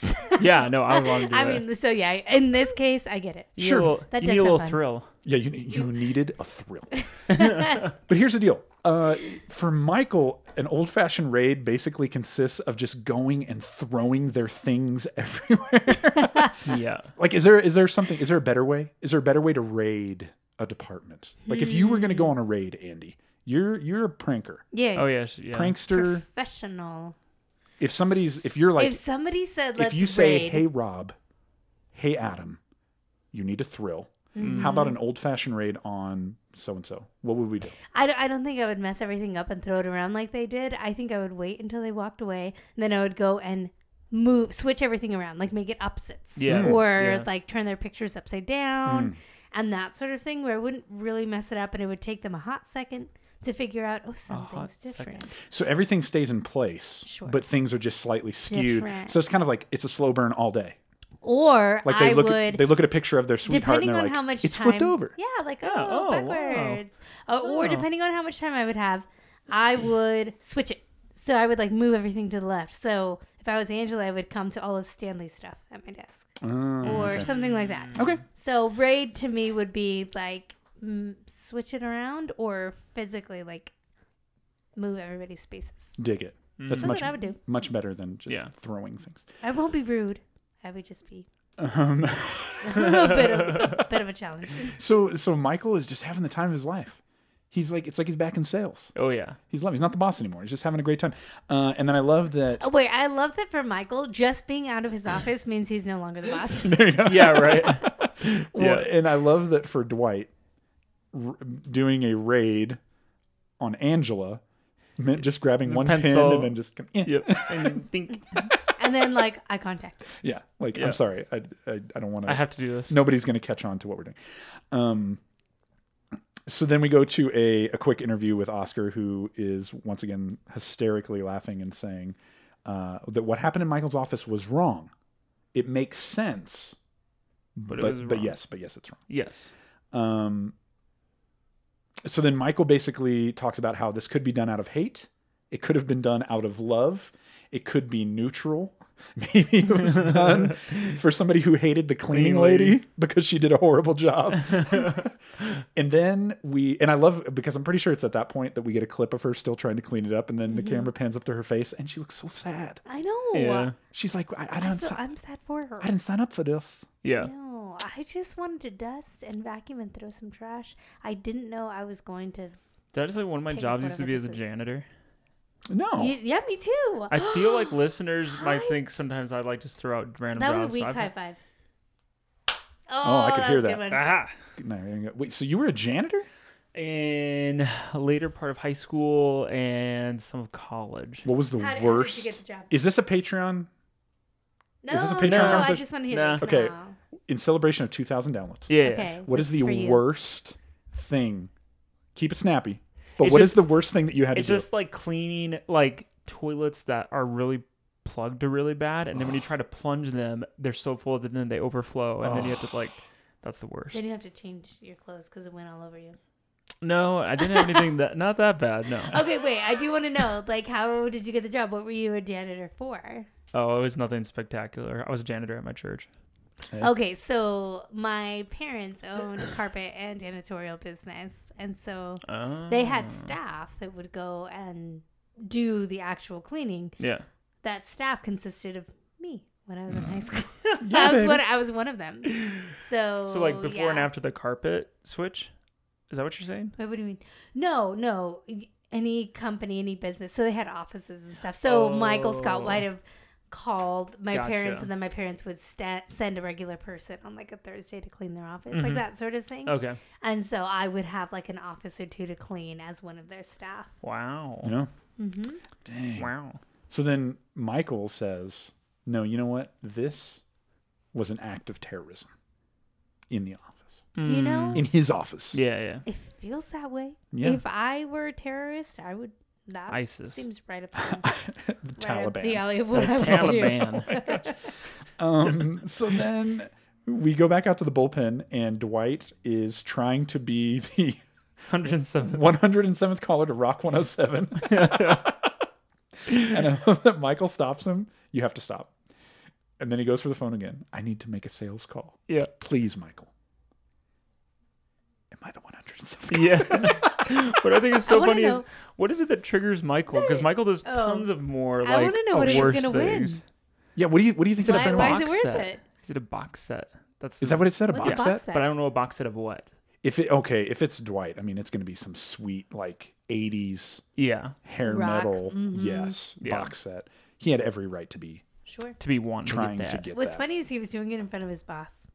Speaker 3: yes.
Speaker 2: Yeah, no, I would
Speaker 3: [LAUGHS]
Speaker 2: want to do
Speaker 3: I
Speaker 2: that.
Speaker 3: mean, so yeah, in this case, I get it.
Speaker 2: You need a
Speaker 1: sure.
Speaker 2: little-
Speaker 3: That
Speaker 2: you
Speaker 3: does
Speaker 2: need a
Speaker 3: sound
Speaker 2: little
Speaker 3: fun. [LAUGHS]
Speaker 2: thrill.
Speaker 1: Yeah, you, you needed a thrill. [LAUGHS] but here's the deal. Uh, for Michael, an old fashioned raid basically consists of just going and throwing their things [LAUGHS] everywhere.
Speaker 2: Yeah.
Speaker 1: like, is there is there something? Is there a better way? Is there a better way to raid a department? Like, if you were going to go on a raid, Andy, you're you're a pranker,
Speaker 3: Yeah.
Speaker 2: Oh yeah. sh- yeah.
Speaker 1: prankster.
Speaker 3: Professional.
Speaker 1: If somebody's, if you're like,
Speaker 3: if somebody said,
Speaker 1: if
Speaker 3: let's
Speaker 1: you say,
Speaker 3: raid,
Speaker 1: "Hey Rob, hey Adam, you need a thrill,"
Speaker 3: Hmm.
Speaker 1: how about an old fashioned raid on so and so? What would we do?
Speaker 3: I don't, I don't think I would mess everything up and throw it around like they did. I think I would wait until they walked away, and then I would go and move, switch everything around, like make it opposites,
Speaker 1: Hmm.
Speaker 2: Yeah,
Speaker 3: or
Speaker 2: yeah.
Speaker 3: like turn their pictures upside down, and that sort of thing, where I wouldn't really mess it up, and it would take them a hot second to figure out, oh,
Speaker 2: hot
Speaker 3: something's different.
Speaker 2: second.
Speaker 1: So everything stays in place,
Speaker 3: Sure.
Speaker 1: but things are just slightly skewed.
Speaker 3: Different.
Speaker 1: So it's kind of like it's a slow burn all day.
Speaker 3: Or
Speaker 1: Like they
Speaker 3: I
Speaker 1: look
Speaker 3: would,
Speaker 1: at, they look at a picture of their sweetheart
Speaker 3: depending
Speaker 1: and they're
Speaker 3: on
Speaker 1: like,
Speaker 3: how much
Speaker 1: it's
Speaker 3: time,
Speaker 1: flipped over.
Speaker 3: Yeah, like oh,
Speaker 2: oh, wow.
Speaker 3: backwards. Uh, Or
Speaker 2: Oh.
Speaker 3: depending on how much time I would have, I would switch it. So I would like move everything to the left. So if I was Angela, I would come to all of Stanley's stuff at my desk
Speaker 1: Oh,
Speaker 3: or
Speaker 1: okay.
Speaker 3: something like that.
Speaker 1: Okay.
Speaker 3: So raid to me would be like m- switch it around or physically like move everybody's spaces.
Speaker 1: dig it. That's
Speaker 3: That's
Speaker 1: much
Speaker 3: what I would do.
Speaker 1: much better than just
Speaker 2: Yeah.
Speaker 1: throwing things.
Speaker 3: I won't be rude. I would just be [LAUGHS]
Speaker 1: Um, [LAUGHS]
Speaker 3: a bit of, bit of a challenge.
Speaker 1: so so Michael is just having the time of his life. He's like it's like he's back in sales.
Speaker 2: Oh yeah.
Speaker 1: He's loving. He's not the boss anymore. He's just having a great time. Uh, and then I love that. [LAUGHS]
Speaker 3: Oh, wait, I love that for Michael, just being out of his office means he's no longer
Speaker 1: [LAUGHS]
Speaker 3: the boss.
Speaker 1: There you go.
Speaker 2: Yeah. Right. [LAUGHS]
Speaker 1: Well,
Speaker 2: Yeah.
Speaker 1: and I love that for Dwight, r- doing a raid on Angela meant just grabbing
Speaker 2: The
Speaker 1: one
Speaker 2: pencil.
Speaker 1: pin and then just eh.
Speaker 2: yep. And think
Speaker 3: and then, like, eye contact.
Speaker 1: yeah. Like
Speaker 2: Yeah.
Speaker 1: I'm sorry, I I, I don't want
Speaker 2: I have to do this.
Speaker 1: Nobody's going to catch on to what we're doing. Um, so then we go to a a quick interview with Oscar, who is once again hysterically laughing and saying uh, that what happened in Michael's office was wrong. It makes sense,
Speaker 2: But it
Speaker 1: but,
Speaker 2: was
Speaker 1: but
Speaker 2: wrong.
Speaker 1: yes, but yes, it's wrong.
Speaker 2: Yes.
Speaker 1: Um, so then Michael basically talks about how this could be done out of hate. It could have been done out of love. It could be neutral. [LAUGHS] Maybe it was done for somebody who hated the cleaning
Speaker 2: Cleaning
Speaker 1: lady,
Speaker 2: lady.
Speaker 1: [LAUGHS] because she did a horrible job. and then we, and I love because I'm pretty sure it's at that point that we get a clip of her still trying to clean it up, and then the camera pans up to her face, and she looks so sad.
Speaker 3: I know.
Speaker 2: Yeah.
Speaker 1: She's like, I, I
Speaker 3: I
Speaker 1: don't,
Speaker 3: feel,
Speaker 1: si-
Speaker 3: I'm sad for her.
Speaker 1: I didn't sign up for this.
Speaker 2: Yeah.
Speaker 3: No, I just wanted to dust and vacuum and throw some trash. I didn't know I was going to.
Speaker 2: Did I just say one of my
Speaker 3: Pick
Speaker 2: jobs used to
Speaker 3: whatever
Speaker 2: be as a
Speaker 3: this is.
Speaker 2: janitor?
Speaker 1: No,
Speaker 3: Y- yeah, me too.
Speaker 2: I feel
Speaker 3: [GASPS]
Speaker 2: like listeners might
Speaker 3: Hi.
Speaker 2: think sometimes I like just throw out random
Speaker 3: that
Speaker 2: jobs.
Speaker 3: was a weak
Speaker 2: but
Speaker 3: high
Speaker 2: I've-
Speaker 3: five. Oh,
Speaker 1: I could
Speaker 3: that
Speaker 1: hear
Speaker 3: was a
Speaker 1: that.
Speaker 3: Good one.
Speaker 2: Aha.
Speaker 1: No, there you go. Wait, so you were a janitor?
Speaker 2: In a later part of high school and some of college.
Speaker 1: What was the
Speaker 3: How did- how did you
Speaker 1: worst?
Speaker 3: get the job?
Speaker 1: Is this a Patreon
Speaker 3: No,
Speaker 1: this a Patreon
Speaker 3: no, I
Speaker 1: conversation?
Speaker 3: just want to hear
Speaker 2: Nah.
Speaker 3: this
Speaker 1: Okay.
Speaker 3: now.
Speaker 1: in celebration of 2,000 downloads?
Speaker 2: Yeah.
Speaker 3: Okay.
Speaker 1: What is
Speaker 3: this
Speaker 1: the
Speaker 3: for you.
Speaker 1: worst thing? Keep it snappy. But what is
Speaker 2: It's just-
Speaker 1: the worst thing that you had to
Speaker 2: It's
Speaker 1: do?
Speaker 2: just like cleaning like toilets that are really plugged are really bad, and then when you try to plunge them, they're so full that then they overflow, and then you have to like.
Speaker 1: Oh.
Speaker 2: That's the worst.
Speaker 3: Then you have to change your clothes because it went all over you.
Speaker 2: No, I didn't have anything that not that bad.
Speaker 3: [LAUGHS]
Speaker 2: No.
Speaker 3: Okay, wait. I do want to know, like, how did you get the job? What were you a janitor for?
Speaker 2: Oh, it was nothing spectacular. I was a janitor at my church.
Speaker 3: Okay, so my parents owned a carpet and janitorial business, and so
Speaker 1: Oh.
Speaker 3: they
Speaker 2: Ah.
Speaker 3: had staff that would go and do the actual cleaning.
Speaker 2: Yeah.
Speaker 3: That staff consisted of me when I was in
Speaker 2: [LAUGHS]
Speaker 3: high school.
Speaker 2: Yeah,
Speaker 3: [LAUGHS] I was
Speaker 2: baby.
Speaker 3: one. I was one of them. So
Speaker 2: So like before and
Speaker 3: Oh, yeah.
Speaker 2: after the carpet switch, is that what you're saying?
Speaker 3: Wait, what do you mean? No, no. y- Any company, any business. So they had offices and stuff. So Michael Scott
Speaker 2: Oh.
Speaker 3: White have called my parents,
Speaker 2: Gotcha.
Speaker 3: and then my parents would sta send a regular person on like a Thursday to clean their office, like that sort of thing.
Speaker 2: Mm-hmm. Okay.
Speaker 3: And so I would have like an office or two to clean as one of their staff.
Speaker 2: Wow.
Speaker 1: You know?
Speaker 3: Mm-hmm.
Speaker 1: Dang.
Speaker 2: Wow.
Speaker 1: So then Michael says, No, you know what? This was an act of terrorism in the office,
Speaker 3: You know,
Speaker 2: Mm.
Speaker 1: in his office.
Speaker 2: Yeah, yeah.
Speaker 3: it feels that way.
Speaker 1: Yeah.
Speaker 3: If I were a terrorist, I would. That
Speaker 2: ISIS.
Speaker 3: seems right
Speaker 2: [LAUGHS]
Speaker 3: up, the,
Speaker 1: the
Speaker 3: right up the
Speaker 1: Taliban.
Speaker 3: alley of what I would do.
Speaker 2: Taliban.
Speaker 1: um, so then we go back out to the bullpen, and Dwight is trying to be [LAUGHS] the
Speaker 2: 107.
Speaker 1: 107th caller to Rock
Speaker 2: [LAUGHS]
Speaker 1: 107. and I love that Michael stops him. You have to stop. And then he goes for the phone again. I need to make a sales call.
Speaker 2: Yeah.
Speaker 1: Please, Michael. Am I the 107th? caller? [LAUGHS]
Speaker 2: Yeah. what I think is so
Speaker 3: I wanna
Speaker 2: funny is
Speaker 3: know- Oh.
Speaker 2: what is it that triggers Michael? Because Michael does tons of more like
Speaker 3: I wanna know what he's
Speaker 2: worse
Speaker 3: gonna win.
Speaker 2: things.
Speaker 1: Yeah. What do you What do you think?
Speaker 3: Why-
Speaker 1: of the
Speaker 3: why
Speaker 1: box
Speaker 3: is it worth
Speaker 2: set.
Speaker 3: it?
Speaker 2: Is it a box set? That's
Speaker 1: Is that what it said? A
Speaker 3: What's a
Speaker 1: box
Speaker 3: box
Speaker 1: set?
Speaker 3: set?
Speaker 2: But I don't know a box set of what.
Speaker 1: If it okay, if it's Dwight, I mean, it's going to be some sweet like '80s
Speaker 2: Yeah.
Speaker 1: hair
Speaker 3: Rock, Mm-hmm.
Speaker 1: metal. Yes,
Speaker 2: Yeah.
Speaker 1: box set. He had every right to be
Speaker 3: Sure.
Speaker 2: To be one.
Speaker 1: trying
Speaker 2: to get.
Speaker 1: to
Speaker 2: that.
Speaker 1: get
Speaker 3: What's
Speaker 1: that.
Speaker 3: funny is he was doing it in front of his boss.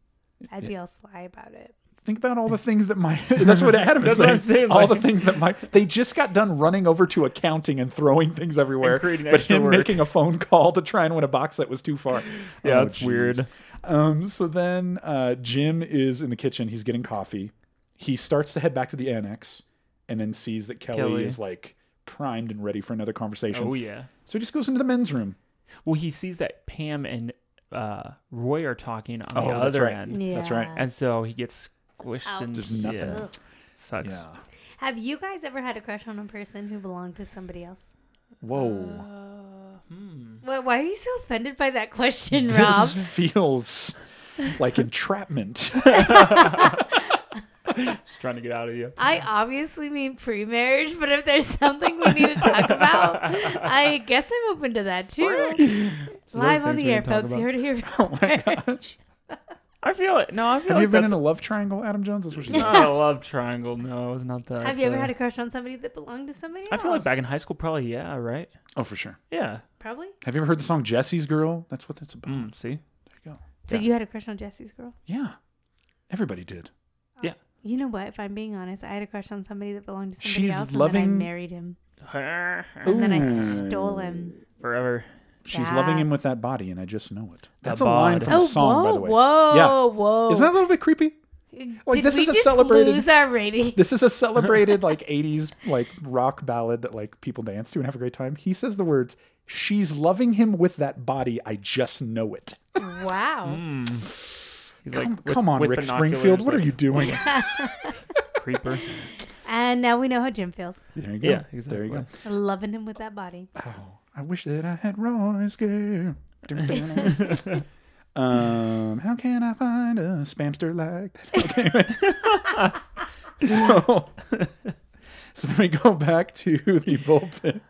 Speaker 3: I'd be all sly about it.
Speaker 1: Think about all the things that my. [LAUGHS] That's
Speaker 2: [LAUGHS]
Speaker 1: what Adam is
Speaker 2: That's what I'm saying,
Speaker 1: saying. All
Speaker 2: like-
Speaker 1: the things that my. They just got done running over to accounting and throwing things everywhere.
Speaker 2: And creating
Speaker 1: but
Speaker 2: extra
Speaker 1: him
Speaker 2: work.
Speaker 1: making a phone call to try and win a box set was too far.
Speaker 2: [LAUGHS] Yeah,
Speaker 1: Oh,
Speaker 2: it's
Speaker 1: geez.
Speaker 2: weird.
Speaker 1: Um, so then uh, Jim is in the kitchen. He's getting coffee. He starts to head back to the annex and then sees that Kelly,
Speaker 2: Kelly.
Speaker 1: is like primed and ready for another conversation.
Speaker 2: Oh yeah.
Speaker 1: So he just goes into the men's room.
Speaker 2: Well, he sees that Pam and uh, Roy are talking on the
Speaker 1: Oh, that's
Speaker 2: other
Speaker 1: right.
Speaker 2: end,
Speaker 1: That's right.
Speaker 2: and so he gets squished and
Speaker 3: Ouch.
Speaker 1: There's nothing.
Speaker 2: Yeah,
Speaker 3: Ugh.
Speaker 2: sucks.
Speaker 1: Yeah.
Speaker 3: Have you guys ever had a crush on a person who belonged to somebody else?
Speaker 1: Whoa.
Speaker 3: Why, why are you so offended by that question,
Speaker 2: [LAUGHS]
Speaker 3: Rob?
Speaker 1: this feels like entrapment.
Speaker 2: Just trying to get out of you.
Speaker 3: I obviously mean pre-marriage, but if there's something we need to talk about, I guess I'm open to that too. Live on
Speaker 2: things
Speaker 3: the
Speaker 2: we
Speaker 3: air,
Speaker 2: didn't talk
Speaker 3: folks.
Speaker 2: about. Oh
Speaker 3: You heard it here
Speaker 2: [LAUGHS]
Speaker 3: first.
Speaker 2: I feel it. No, I feel
Speaker 1: Have
Speaker 2: like
Speaker 1: you been
Speaker 2: that's
Speaker 1: in a love triangle, Adam Jones? That's what
Speaker 2: [LAUGHS]
Speaker 1: she said.
Speaker 2: not a love triangle. No, it's not that.
Speaker 3: Have you ever
Speaker 2: uh,
Speaker 3: had a crush on somebody that belonged to somebody
Speaker 2: I
Speaker 3: else?
Speaker 2: feel like back in high school, probably yeah, right?
Speaker 1: Oh, for sure.
Speaker 2: Yeah.
Speaker 3: Probably.
Speaker 1: Have you ever heard the song Jesse's Girl? That's what that's about.
Speaker 2: Mm, see,
Speaker 1: There you go.
Speaker 3: So
Speaker 2: Yeah.
Speaker 3: you had a crush on Jesse's girl?
Speaker 1: Yeah. Everybody did.
Speaker 3: You know what? If I'm being honest, I had a crush on somebody that belonged to somebody
Speaker 1: She's
Speaker 3: else, and
Speaker 1: loving-
Speaker 3: then I married him,
Speaker 2: [LAUGHS] forever.
Speaker 3: and then
Speaker 1: Ooh.
Speaker 3: I stole him.
Speaker 1: She's
Speaker 3: Yeah.
Speaker 1: loving him with that body, and I just know it. That's a
Speaker 2: bod.
Speaker 1: line from a song,
Speaker 3: Oh, whoa,
Speaker 1: by the way.
Speaker 3: Whoa,
Speaker 1: Yeah.
Speaker 3: whoa.
Speaker 1: Isn't that a little bit creepy? like,
Speaker 3: Did
Speaker 1: this
Speaker 3: we
Speaker 1: is a
Speaker 3: just
Speaker 1: celebrated-
Speaker 3: lose our rating?
Speaker 1: [LAUGHS] This is a
Speaker 2: [LAUGHS]
Speaker 1: celebrated like '80s like rock ballad that like people dance to and have a great time. He says the words, "She's loving him with that body. I just know it."
Speaker 3: [LAUGHS] wow.
Speaker 1: Mm.
Speaker 2: He's
Speaker 1: Come,
Speaker 2: with-
Speaker 1: come on,
Speaker 2: with
Speaker 1: Rick
Speaker 2: binoculars,
Speaker 1: Springfield. What
Speaker 2: like,
Speaker 1: are you
Speaker 2: [LAUGHS]
Speaker 1: doing?
Speaker 2: creeper?
Speaker 1: [LAUGHS]
Speaker 3: And now we know how Jim feels.
Speaker 1: There you
Speaker 2: Yeah,
Speaker 1: There you go.
Speaker 2: exactly.
Speaker 3: Loving him with that body.
Speaker 1: Oh, I wish that I had Roy's girl. [LAUGHS] um, how can I find a spamster like that? [LAUGHS] Okay. [LAUGHS] so, [LAUGHS] so then we go back to the bullpen.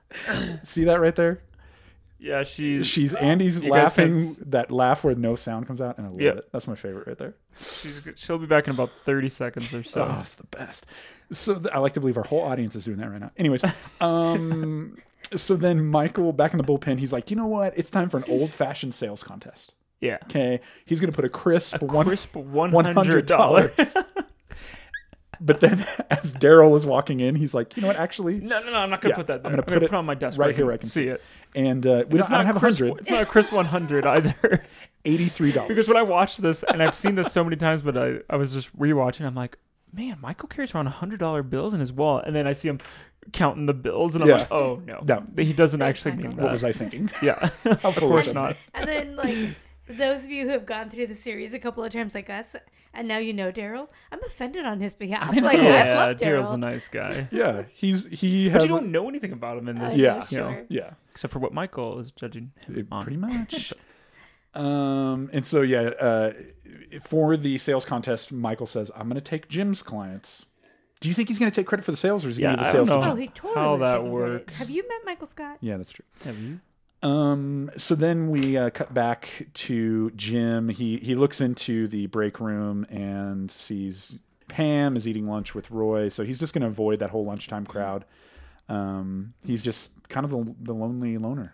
Speaker 1: See that right there?
Speaker 2: Yeah, she's
Speaker 1: She's Andy's
Speaker 2: [GASPS] You guys
Speaker 1: laughing.
Speaker 2: can-
Speaker 1: That laugh where no sound comes out, and I love
Speaker 2: Yeah.
Speaker 1: it. That's my favorite right there.
Speaker 2: she's she'll be back in about thirty seconds or so.
Speaker 1: Oh, it's the best. So th- I like to believe our whole audience is doing that right now. Anyways, um, [LAUGHS] so then Michael back in the bullpen, he's like, you know what? It's time for an old fashioned sales contest.
Speaker 2: yeah,
Speaker 1: Okay, he's gonna put a crisp one
Speaker 2: crisp one
Speaker 1: hundred
Speaker 2: hundred dollars.
Speaker 1: dollars. [LAUGHS] but then [LAUGHS] as Daryl was walking in, he's like, you know what? Actually,
Speaker 2: [LAUGHS] No, no, no, I'm not gonna
Speaker 1: Yeah,
Speaker 2: put that.
Speaker 1: I'm
Speaker 2: There.
Speaker 1: gonna
Speaker 2: I'm gonna
Speaker 1: put
Speaker 2: put,
Speaker 1: it
Speaker 2: it on my desk
Speaker 1: right
Speaker 2: where
Speaker 1: here where I
Speaker 2: can
Speaker 1: can
Speaker 2: see it.
Speaker 1: and uh, we don't,
Speaker 2: It's
Speaker 1: I don't
Speaker 2: not
Speaker 1: have a
Speaker 2: crisp.
Speaker 1: hundred.
Speaker 2: It's not a crisp 100 either.
Speaker 1: Eighty-three dollars.
Speaker 2: because when I watched this, and I've seen this so many times, but I, I was just rewatching. I'm like, man, Michael carries around hundred dollar bills in his wallet, and then I see him counting the bills, and I'm
Speaker 1: Yeah.
Speaker 2: like, oh no,
Speaker 1: No.
Speaker 2: he doesn't actually
Speaker 3: Michael.
Speaker 2: mean that.
Speaker 1: what was I
Speaker 2: [LAUGHS]
Speaker 1: thinking? [LAUGHS]
Speaker 2: Yeah, of course
Speaker 1: foolish.
Speaker 2: not.
Speaker 3: And
Speaker 1: [LAUGHS]
Speaker 3: then, like, those of you who have gone through the series a couple of times, like us, and now you know Daryl, I'm offended on his behalf. Like, I
Speaker 2: Yeah,
Speaker 3: love
Speaker 2: Daryl's
Speaker 3: Daryl.
Speaker 2: a nice
Speaker 1: [LAUGHS]
Speaker 2: guy,
Speaker 1: Yeah, he's he
Speaker 2: but
Speaker 1: has.
Speaker 2: you don't know anything about him in this,
Speaker 1: yeah,
Speaker 3: sure.
Speaker 1: yeah,
Speaker 2: except for what Michael is judging him
Speaker 1: it-
Speaker 2: [LAUGHS] on.
Speaker 1: pretty much. Um, and so yeah, uh, for the sales contest, Michael says, "I'm going to take Jim's clients." Do you think he's going to take credit for the sales, or is he
Speaker 2: Yeah,
Speaker 1: going to the
Speaker 2: I
Speaker 1: sales?
Speaker 2: don't
Speaker 1: to
Speaker 2: know.
Speaker 1: Jim?
Speaker 3: Oh, he totally
Speaker 2: How
Speaker 3: would've
Speaker 2: that
Speaker 3: taken credit.
Speaker 2: works.
Speaker 3: Have you met Michael Scott?
Speaker 1: Yeah, that's true.
Speaker 2: Have you?
Speaker 1: Um, so then we uh, cut back to Jim. He he looks into the break room and sees Pam is eating lunch with Roy. So he's just going to avoid that whole lunchtime crowd. Um, he's just kind of the, the lonely loner.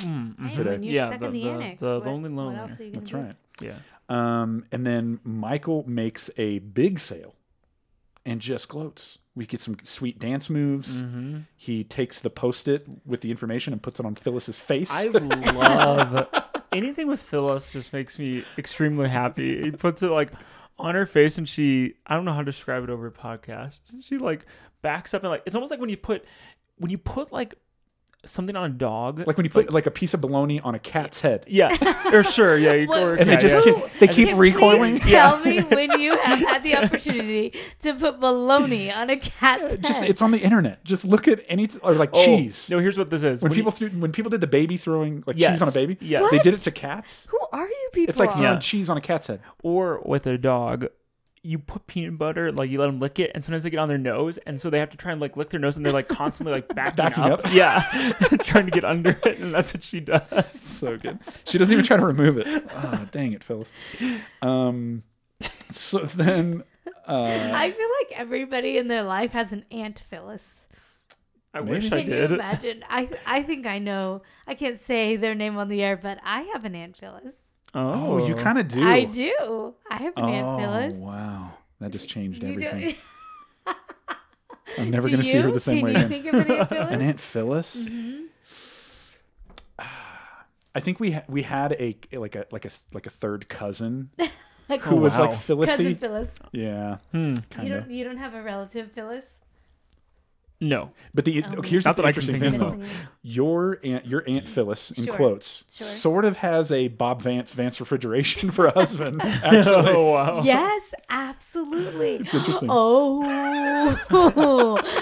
Speaker 3: Hey,
Speaker 1: today.
Speaker 3: When you're
Speaker 2: Yeah,
Speaker 3: stuck
Speaker 2: the-
Speaker 3: in the,
Speaker 2: the-
Speaker 3: annex,
Speaker 2: the
Speaker 3: what,
Speaker 2: lonely
Speaker 3: what
Speaker 2: loner.
Speaker 3: else are you gonna
Speaker 1: That's
Speaker 3: do?
Speaker 1: right.
Speaker 2: Yeah.
Speaker 1: Um, and then Michael makes a big sale and just gloats. We get some sweet dance moves.
Speaker 2: Mm-hmm.
Speaker 1: He takes the post it with the information and puts it on Phyllis's face. [LAUGHS]
Speaker 2: I love [LAUGHS] anything with Phyllis just makes me extremely happy. He puts it like on her face and she I don't know how to describe it over a podcast. She like backs up and like it's almost like when you put when you put like something on a dog.
Speaker 1: like when you put like, a piece of bologna on a cat's head. [LAUGHS]
Speaker 2: yeah, or sure, yeah, you,
Speaker 3: What-
Speaker 2: or,
Speaker 1: And
Speaker 2: yeah,
Speaker 1: they just
Speaker 2: yeah.
Speaker 1: keep, [LAUGHS] they keep
Speaker 3: Can
Speaker 1: recoiling. [LAUGHS]
Speaker 3: Please tell me when you have had the opportunity to put bologna on a cat's head.
Speaker 1: Just it's on the internet. Just look at any or like
Speaker 2: Oh,
Speaker 1: cheese.
Speaker 2: No, here's what this is.
Speaker 1: when,
Speaker 2: When you-
Speaker 1: people threw when people did the baby throwing like cheese
Speaker 2: Yes.
Speaker 1: on a baby,
Speaker 2: Yes.
Speaker 1: they did it to cats.
Speaker 3: Who are you people?
Speaker 1: It's like throwing
Speaker 2: Yeah.
Speaker 1: cheese on a cat's head.
Speaker 2: or with a dog, you put peanut butter, like you let them lick it, and sometimes they get on their nose, and so they have to try and like lick their nose, and they're like
Speaker 1: [LAUGHS]
Speaker 2: constantly like backing,
Speaker 1: Backing
Speaker 2: up.
Speaker 1: up.
Speaker 2: [LAUGHS] yeah, trying to get under it, and that's what she
Speaker 1: [LAUGHS]
Speaker 2: does.
Speaker 1: so good. She doesn't even try to
Speaker 2: [LAUGHS]
Speaker 1: remove it. Oh, dang it, Phyllis. Um, so then, uh,
Speaker 3: I feel like everybody in their life has an aunt Phyllis.
Speaker 2: I
Speaker 1: Maybe.
Speaker 2: wish I
Speaker 3: Can you
Speaker 2: did.
Speaker 3: imagine? I I think I know. I can't say their name on the air, but I have an aunt Phyllis.
Speaker 1: oh, you kind of do.
Speaker 3: I do. I have an aunt Phyllis.
Speaker 1: Oh, wow. That just changed
Speaker 3: You don't- [LAUGHS]
Speaker 1: everything. I'm never
Speaker 3: Do
Speaker 1: going to see her
Speaker 3: you?
Speaker 1: the same
Speaker 3: Can
Speaker 1: way
Speaker 3: you
Speaker 1: again.
Speaker 3: think of Mm-hmm. an aunt
Speaker 1: [LAUGHS]
Speaker 3: Phyllis?
Speaker 1: An Aunt Phyllis. [SIGHS] I think we ha- we had a like a like a like a third cousin
Speaker 3: [LAUGHS] Like, oh,
Speaker 1: who was
Speaker 2: wow.
Speaker 1: like
Speaker 3: cousin
Speaker 1: Phyllisy.
Speaker 3: Phyllis.
Speaker 1: Yeah,
Speaker 2: Hmm.
Speaker 1: kind
Speaker 3: You
Speaker 1: of.
Speaker 3: don't you don't have a relative Phyllis?
Speaker 1: [LAUGHS]
Speaker 2: No.
Speaker 1: But the
Speaker 3: Oh,
Speaker 1: okay, here's
Speaker 2: Not
Speaker 1: the
Speaker 2: that I can
Speaker 1: interesting
Speaker 2: think
Speaker 1: thing
Speaker 2: of.
Speaker 1: though. [LAUGHS] Your aunt, your aunt Phyllis, in
Speaker 3: Sure,
Speaker 1: quotes,
Speaker 3: sure.
Speaker 1: sort of has a Bob Vance Vance refrigeration for a
Speaker 3: [LAUGHS]
Speaker 1: husband. Actually,
Speaker 2: [LAUGHS] Oh
Speaker 1: [LAUGHS]
Speaker 2: wow.
Speaker 3: Yes, absolutely.
Speaker 1: interesting.
Speaker 3: Oh,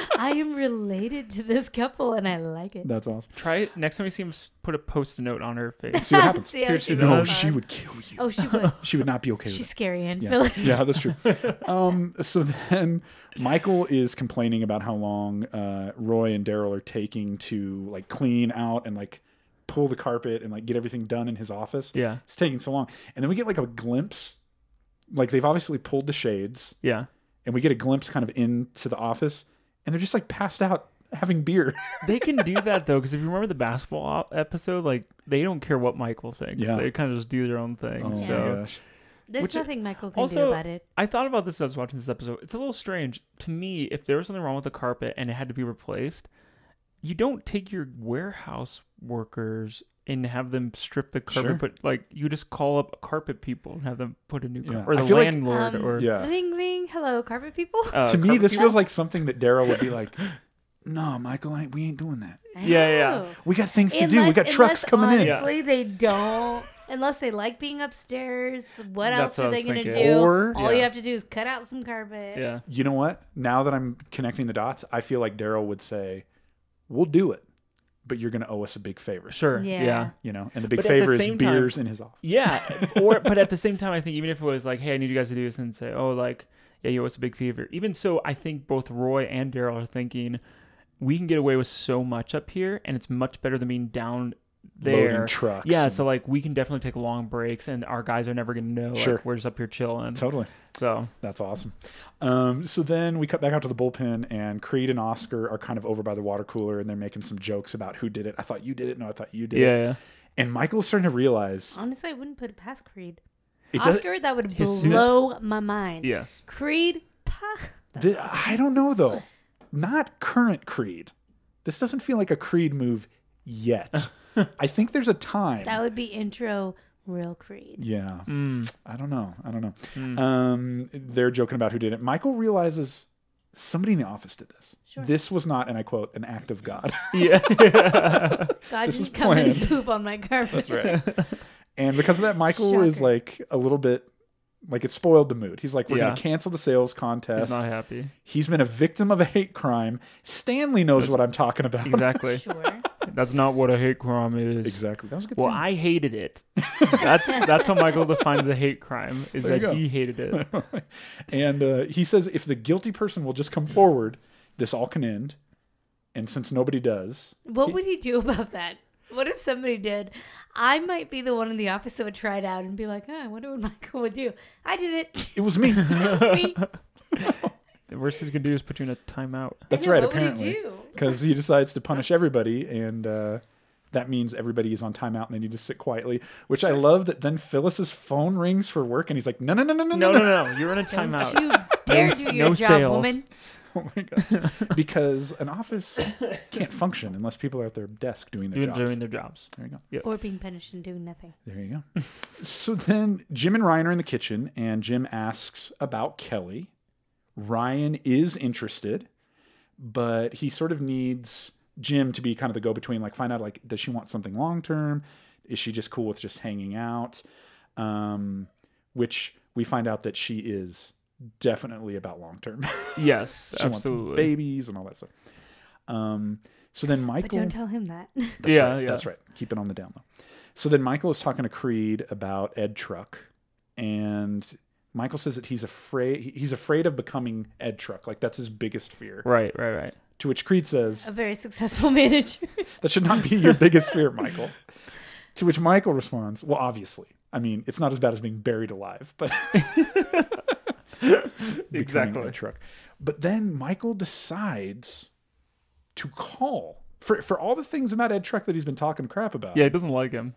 Speaker 3: [LAUGHS] I am related to this couple and I like it.
Speaker 1: that's awesome.
Speaker 2: Try it next time you see him. s- Put a post-it note on her face.
Speaker 1: [LAUGHS] See what happens.
Speaker 3: [LAUGHS] See how
Speaker 2: Seriously,
Speaker 3: she
Speaker 1: No,
Speaker 3: responds.
Speaker 1: she would kill you.
Speaker 3: Oh, she would.
Speaker 1: She would not be [LAUGHS] okay
Speaker 3: She's
Speaker 1: with
Speaker 3: scary and
Speaker 1: it. Yeah.
Speaker 3: Phyllis.
Speaker 1: yeah, that's true. Um, so then Michael is complaining about how long uh, Roy and Daryl are taking to like clean out and like pull the carpet and like get everything done in his office.
Speaker 2: Yeah.
Speaker 1: It's taking so long. And then we get like a glimpse. Like they've obviously pulled the shades
Speaker 2: Yeah.
Speaker 1: and we get a glimpse kind of into the office and they're just like passed out having
Speaker 2: [LAUGHS]
Speaker 1: beer.
Speaker 2: They can do that though, because if you remember the basketball op- episode, like they don't care what Michael thinks.
Speaker 1: Yeah.
Speaker 2: They kind of just do their own thing.
Speaker 1: [LAUGHS] Oh
Speaker 2: so.
Speaker 1: my gosh.
Speaker 3: [LAUGHS] There's
Speaker 2: Which- uh,
Speaker 3: nothing Michael can do
Speaker 2: also-
Speaker 3: about it.
Speaker 2: I thought about this as I was watching this episode. It's a little strange to me. If there was something wrong with the carpet and it had to be replaced, you don't take your warehouse workers and have them strip the carpet,
Speaker 1: Sure.
Speaker 2: but like you just call up carpet people and have them put a new
Speaker 1: Yeah.
Speaker 2: carpet or
Speaker 1: I
Speaker 2: the
Speaker 1: feel like-
Speaker 2: landlord
Speaker 3: Um,
Speaker 2: or
Speaker 1: Yeah.
Speaker 3: Ring ring, hello, carpet
Speaker 2: [LAUGHS]
Speaker 3: people.
Speaker 2: uh,
Speaker 1: to me,
Speaker 2: carpet
Speaker 1: this
Speaker 2: people.
Speaker 1: feels like something that Daryl
Speaker 2: [LAUGHS]
Speaker 1: would be like, no, Michael, I ain't, we ain't doing that.
Speaker 3: I
Speaker 2: yeah, yeah.
Speaker 3: know.
Speaker 1: We got things to do. We got trucks
Speaker 3: unless
Speaker 1: coming in.
Speaker 3: Honestly, they don't. Unless they like being upstairs, what
Speaker 2: That's
Speaker 3: else are
Speaker 2: what I
Speaker 3: they
Speaker 2: was
Speaker 3: going to
Speaker 2: thinking.
Speaker 3: do?
Speaker 1: Or-
Speaker 3: All you
Speaker 2: Yeah.
Speaker 3: have to do is cut out some carpet.
Speaker 2: yeah.
Speaker 1: You know what? Now that I'm connecting the dots, I feel like Daryl would say, we'll do it, but you're going to owe us a big favor.
Speaker 2: Sure.
Speaker 3: Yeah.
Speaker 2: Yeah.
Speaker 1: You know, and the big
Speaker 2: But at the
Speaker 1: favor is
Speaker 2: same time-
Speaker 1: beers in his office. [LAUGHS]
Speaker 2: Yeah. or but at the same time I think even if it was like, hey, I need you guys to do this and say, Oh, like, yeah, you owe us a big fever. Even so, I think both Roy and Daryl are thinking we can get away with so much up here and it's much better than being down there.
Speaker 1: Loading trucks.
Speaker 2: Yeah,
Speaker 1: and-
Speaker 2: so like we can definitely take long breaks and our guys are never gonna know
Speaker 1: Sure.
Speaker 2: like we're just up here chilling.
Speaker 1: totally.
Speaker 2: So
Speaker 1: That's awesome. Um, so then we cut back out to the bullpen, and Creed and Oscar are kind of over by the water cooler, and they're making some jokes about who did it. I thought you did it. No, I thought you did it.
Speaker 2: yeah,
Speaker 1: And Michael's starting to realize
Speaker 3: Honestly, I wouldn't put it past Creed.
Speaker 1: it does.
Speaker 3: Oscar, that would
Speaker 2: His suit-
Speaker 3: blow my mind.
Speaker 2: Yes.
Speaker 3: Creed, pah.
Speaker 1: th- I don't know though. Not current Creed. This doesn't feel like a Creed move
Speaker 2: [LAUGHS]
Speaker 1: yet. I think there's a time.
Speaker 3: That would be intro real Creed.
Speaker 1: yeah. I don't know. I don't know.
Speaker 2: Hmm.
Speaker 1: Um, they're joking about who did it. Michael realizes somebody in the office did this.
Speaker 3: Sure.
Speaker 1: This was not, and I quote, an act of God. [LAUGHS]
Speaker 2: [LAUGHS] Yeah.
Speaker 3: God
Speaker 1: This was
Speaker 3: didn't come and
Speaker 1: planned.
Speaker 3: poop on my carpet. That's
Speaker 1: right. and because of that, Michael is
Speaker 3: Shocker.
Speaker 1: like a little bit Like it spoiled the mood. He's like, we're
Speaker 2: Yeah.
Speaker 1: going to cancel the sales contest.
Speaker 2: He's not happy.
Speaker 1: He's been a victim of a hate crime. Stanley knows what I'm talking about.
Speaker 2: Exactly.
Speaker 3: [LAUGHS] Sure.
Speaker 2: That's not what a hate crime
Speaker 1: [LAUGHS]
Speaker 2: is.
Speaker 1: Exactly. That was a good.
Speaker 2: Well,
Speaker 1: scene.
Speaker 2: I hated it. That's that's how Michael defines a hate crime. Is
Speaker 1: There you
Speaker 2: that
Speaker 1: go.
Speaker 2: he hated it.
Speaker 1: [LAUGHS] and uh, he says, if the guilty person will just come forward, this all can end. And since nobody does,
Speaker 3: What would he do about that? What if somebody did? I might be the one in the office that would try it out and be like, oh, I wonder what Michael would do. I did it. [LAUGHS]
Speaker 1: it was me. [LAUGHS]
Speaker 3: It was me.
Speaker 2: [LAUGHS] The worst he's gonna do is put you in a timeout.
Speaker 1: That's
Speaker 3: I know,
Speaker 1: right.
Speaker 3: what would he
Speaker 1: Apparently,
Speaker 3: do?
Speaker 1: because he decides to punish everybody, and uh, that means everybody is on timeout, and they need to sit quietly. Which I love. That then Phyllis's phone rings for work, and he's like, "No, no, no, no, no,
Speaker 2: No,
Speaker 1: no, no."
Speaker 2: no, no. You're in a
Speaker 3: Don't
Speaker 2: timeout.
Speaker 3: you dare
Speaker 2: No-
Speaker 3: do your
Speaker 2: no
Speaker 3: job,
Speaker 2: sales.
Speaker 3: woman.
Speaker 1: Oh my God. because an office can't function unless people are at their desk doing their
Speaker 2: Doing,
Speaker 1: jobs.
Speaker 2: doing their jobs.
Speaker 1: There you go.
Speaker 3: Or being punished and doing nothing.
Speaker 1: There you go. so then Jim and Ryan are in the kitchen, and Jim asks about Kelly. Ryan is interested, but he sort of needs Jim to be kind of the go between, like, find out, like, does she want something long term? Is she just cool with just hanging out? Um, which we find out that she is definitely about long term.
Speaker 2: Yes,
Speaker 1: [LAUGHS] she
Speaker 2: absolutely.
Speaker 1: wants babies and all that stuff. Um, so then Michael.
Speaker 3: But don't tell him that.
Speaker 1: That's
Speaker 2: Yeah,
Speaker 1: right.
Speaker 2: yeah.
Speaker 1: That's right. Keep it on the down low. So then Michael is talking to Creed about Ed Truck, and Michael says that he's afraid he- he's afraid of becoming Ed Truck. Like that's his biggest fear.
Speaker 2: Right, right, right.
Speaker 1: To which Creed says,
Speaker 3: A very successful [LAUGHS] manager.
Speaker 1: "That should not be your biggest fear, Michael." [LAUGHS] to which Michael responds, "Well, obviously. I mean, it's not as bad as being buried alive, but [LAUGHS] becoming
Speaker 2: Exactly.
Speaker 1: Ed Truck." But then Michael decides to call for for all the things about Ed Truck that he's been talking crap about.
Speaker 2: Yeah, he doesn't like him.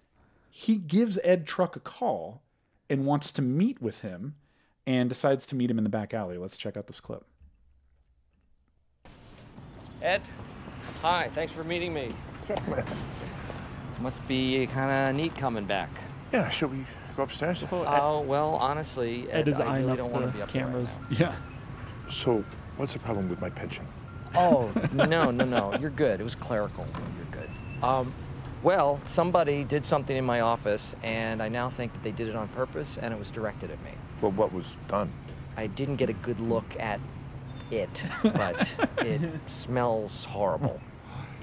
Speaker 1: he gives Ed Truck a call and wants to meet with him and decides to meet him in the back alley. Let's check out this clip.
Speaker 6: Ed, hi, thanks for meeting me. Must be kind of neat coming back.
Speaker 7: Yeah, shall we go upstairs?
Speaker 6: Oh, well, honestly, Ed,
Speaker 2: Ed is
Speaker 6: I
Speaker 2: eyeing
Speaker 6: really
Speaker 2: up
Speaker 6: don't want to be
Speaker 2: the
Speaker 6: up there right
Speaker 2: cameras.
Speaker 1: Yeah.
Speaker 7: So, what's the problem with my pension?
Speaker 6: now. [LAUGHS] oh, no, no, no, you're good. It was clerical. You're good. Um, well, somebody did something in my office, and I now think that they did it on purpose, and it was directed at me.
Speaker 7: Well, what was done?
Speaker 6: I didn't get a good look at it, but
Speaker 5: [LAUGHS]
Speaker 6: it smells horrible.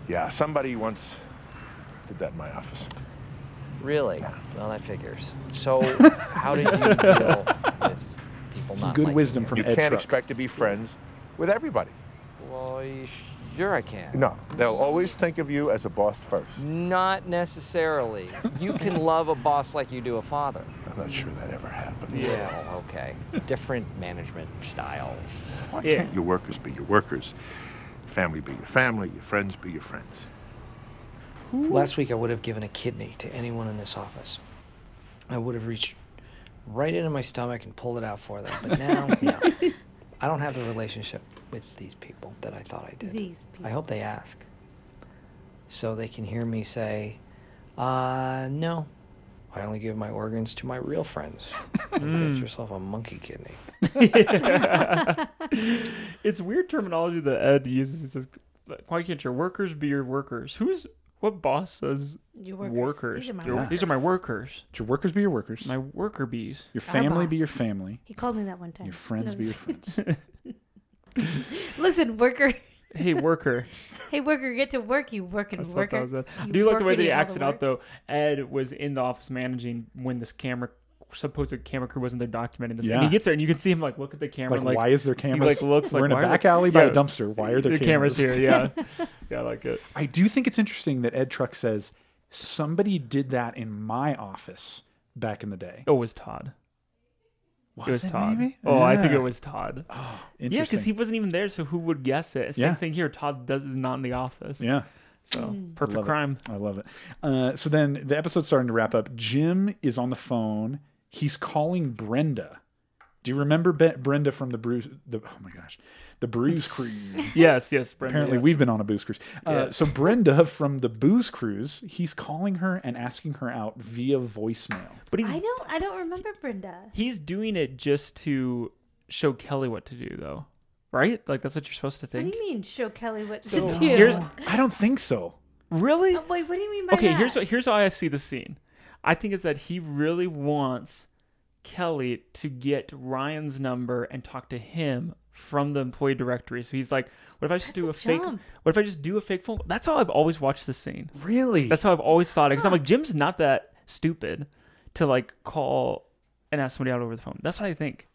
Speaker 7: Yeah, somebody once did that in my office.
Speaker 6: Really? Well, that figures.
Speaker 1: [LAUGHS]
Speaker 6: So, how did you deal with people not
Speaker 1: Good
Speaker 6: liking
Speaker 1: wisdom
Speaker 6: you?
Speaker 1: from
Speaker 7: you
Speaker 1: Ed
Speaker 7: can't
Speaker 1: Truck.
Speaker 7: expect to be friends with everybody.
Speaker 6: Well, y- sure I can.
Speaker 7: No, they'll always think of you as a boss first.
Speaker 6: Not necessarily.
Speaker 1: [LAUGHS]
Speaker 6: You can love a boss like you do a father.
Speaker 7: I'm not sure that ever happens.
Speaker 6: Well, okay. Different management styles.
Speaker 7: Why
Speaker 2: Yeah.
Speaker 7: can't your workers be your workers? Family be your family, your friends be your friends.
Speaker 6: Last week I would have given a kidney to anyone in this office. I would have reached right into my stomach and pulled it out for them.
Speaker 1: [LAUGHS]
Speaker 6: But now, no. I don't have the relationship with these people that I thought I did.
Speaker 3: These people.
Speaker 6: I hope they ask. So they can hear me say, uh, no. I only give my organs to my real friends. You Get yourself a monkey kidney.
Speaker 2: [LAUGHS] It's weird terminology that Ed uses. He says, like, "Why can't your workers be your workers?" Who's what boss says?
Speaker 3: Your workers. These are my
Speaker 2: Your- These are my workers.
Speaker 1: Let your workers be your workers.
Speaker 2: My worker bees.
Speaker 1: your
Speaker 3: Our
Speaker 1: family be
Speaker 3: boss.
Speaker 1: your family.
Speaker 3: He called me that one time.
Speaker 1: Your friends
Speaker 3: No,
Speaker 1: be your
Speaker 3: he's-
Speaker 1: friends.
Speaker 3: [LAUGHS] Listen, worker.
Speaker 2: Hey, worker.
Speaker 3: Hey, worker, get to work, you working
Speaker 2: I just thought
Speaker 3: worker.
Speaker 2: that was that. I
Speaker 3: You
Speaker 2: do like the way
Speaker 3: working
Speaker 2: that he
Speaker 3: in all
Speaker 2: acts it out,
Speaker 3: works.
Speaker 2: though. Ed was in the office managing when this camera, supposed camera crew wasn't there documenting this. And
Speaker 1: Yeah.
Speaker 2: he gets there and you can see him like look at the camera.
Speaker 1: Like, why is there cameras?
Speaker 2: He like looks
Speaker 1: We're
Speaker 2: like
Speaker 1: in a
Speaker 2: why are
Speaker 1: back
Speaker 2: there-
Speaker 1: alley by a
Speaker 2: Yeah.
Speaker 1: dumpster. Why are there
Speaker 2: The
Speaker 1: cameras? [LAUGHS]
Speaker 2: here? Yeah, yeah, I like it.
Speaker 1: I do think it's interesting that Ed Truck says somebody did that in my office back in the day.
Speaker 2: Oh, it was Todd.
Speaker 1: Was
Speaker 2: It was
Speaker 1: it
Speaker 2: Todd.
Speaker 1: maybe?
Speaker 2: Oh, I think
Speaker 1: Yeah.
Speaker 2: it was Todd. yeah,
Speaker 1: Interesting.
Speaker 2: because he wasn't even there, so who would guess it? Same
Speaker 1: Yeah.
Speaker 2: thing here. Todd does is not in the office.
Speaker 1: Yeah.
Speaker 2: So
Speaker 3: Hmm.
Speaker 2: perfect
Speaker 1: Love it.
Speaker 2: crime.
Speaker 1: I love it. Uh, so then the episode's starting to wrap up. Jim is on the phone. He's calling Brenda. Do you remember Be- Brenda from the Bruce? The, oh my gosh, the Bruise [LAUGHS] Cruise.
Speaker 2: [LAUGHS] Yes, yes. Brenda,
Speaker 1: Apparently,
Speaker 2: yeah.
Speaker 1: we've been on a booze cruise. Uh, So Brenda from the booze cruise, he's calling her and asking her out via voicemail.
Speaker 2: But he's
Speaker 3: I don't. I don't remember Brenda.
Speaker 2: he's doing it just to show Kelly what to do, though, right? Like that's what you're supposed to
Speaker 3: What do
Speaker 2: think.
Speaker 3: you mean, show Kelly what to
Speaker 2: So-
Speaker 3: do?
Speaker 2: Here's-
Speaker 1: I don't think so.
Speaker 2: Really?
Speaker 3: Oh, wait, what do you mean by
Speaker 2: Okay,
Speaker 3: that?
Speaker 2: here's what here's how I see the scene. I think is that he really wants Kelly to get Ryan's number and talk to him from the employee directory. So he's like, "What if I just
Speaker 3: That's
Speaker 2: do
Speaker 3: a
Speaker 2: a fake?
Speaker 3: jump.
Speaker 2: What if I just do a fake phone?" call? That's how I've always watched this scene.
Speaker 8: Really?
Speaker 2: That's how I've always thought it. Because I'm like, Jim's not that stupid to like call and ask somebody out over the phone. That's what I think.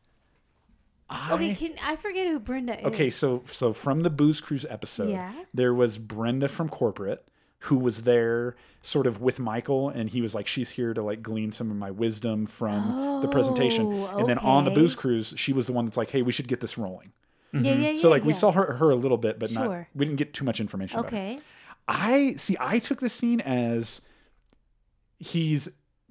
Speaker 3: Okay, can I forget who Brenda is?
Speaker 1: Okay, so so from the Booze Cruise episode,
Speaker 3: Yeah.
Speaker 1: there was Brenda from corporate who was there sort of with Michael and he was like she's here to like glean some of my wisdom from the presentation.
Speaker 3: Oh,
Speaker 1: And then on the
Speaker 3: okay.
Speaker 1: Booze Cruise, she was the one that's like, "Hey, we should get this rolling."
Speaker 3: yeah,
Speaker 2: Mm-hmm.
Speaker 3: yeah, yeah.
Speaker 1: mm-hmm. So like we
Speaker 3: yeah.
Speaker 1: saw her her a little bit, but not
Speaker 3: Sure.
Speaker 1: we didn't get too much information about it.
Speaker 3: Okay.
Speaker 1: I see I took this scene as he's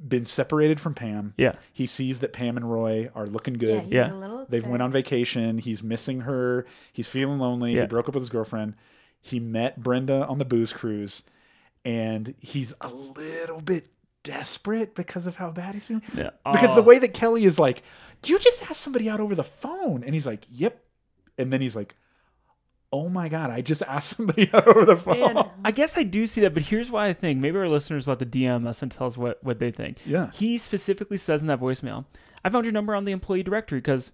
Speaker 1: been separated from Pam.
Speaker 2: Yeah.
Speaker 1: He sees that Pam and Roy are looking
Speaker 3: Yeah,
Speaker 1: good.
Speaker 3: he's
Speaker 2: Yeah.
Speaker 3: a little upset.
Speaker 1: They've went on vacation. He's missing her. He's feeling lonely. He
Speaker 2: Yeah.
Speaker 1: broke up with his girlfriend. He met Brenda on the booze cruise, and he's a little bit desperate because of how bad he's feeling.
Speaker 2: Yeah. Uh, Oh.
Speaker 1: Because the
Speaker 2: Aw.
Speaker 1: way that Kelly is like, you just asked somebody out over the phone, and he's like, "Yep," and then he's like, "Oh my god, I just [LAUGHS] asked somebody out over the phone."
Speaker 2: And I guess I do see that, but here's why I think maybe our listeners will have to DM us and tell us what, what they think.
Speaker 1: Yeah.
Speaker 2: He specifically says in that voicemail, I found your number on the employee directory because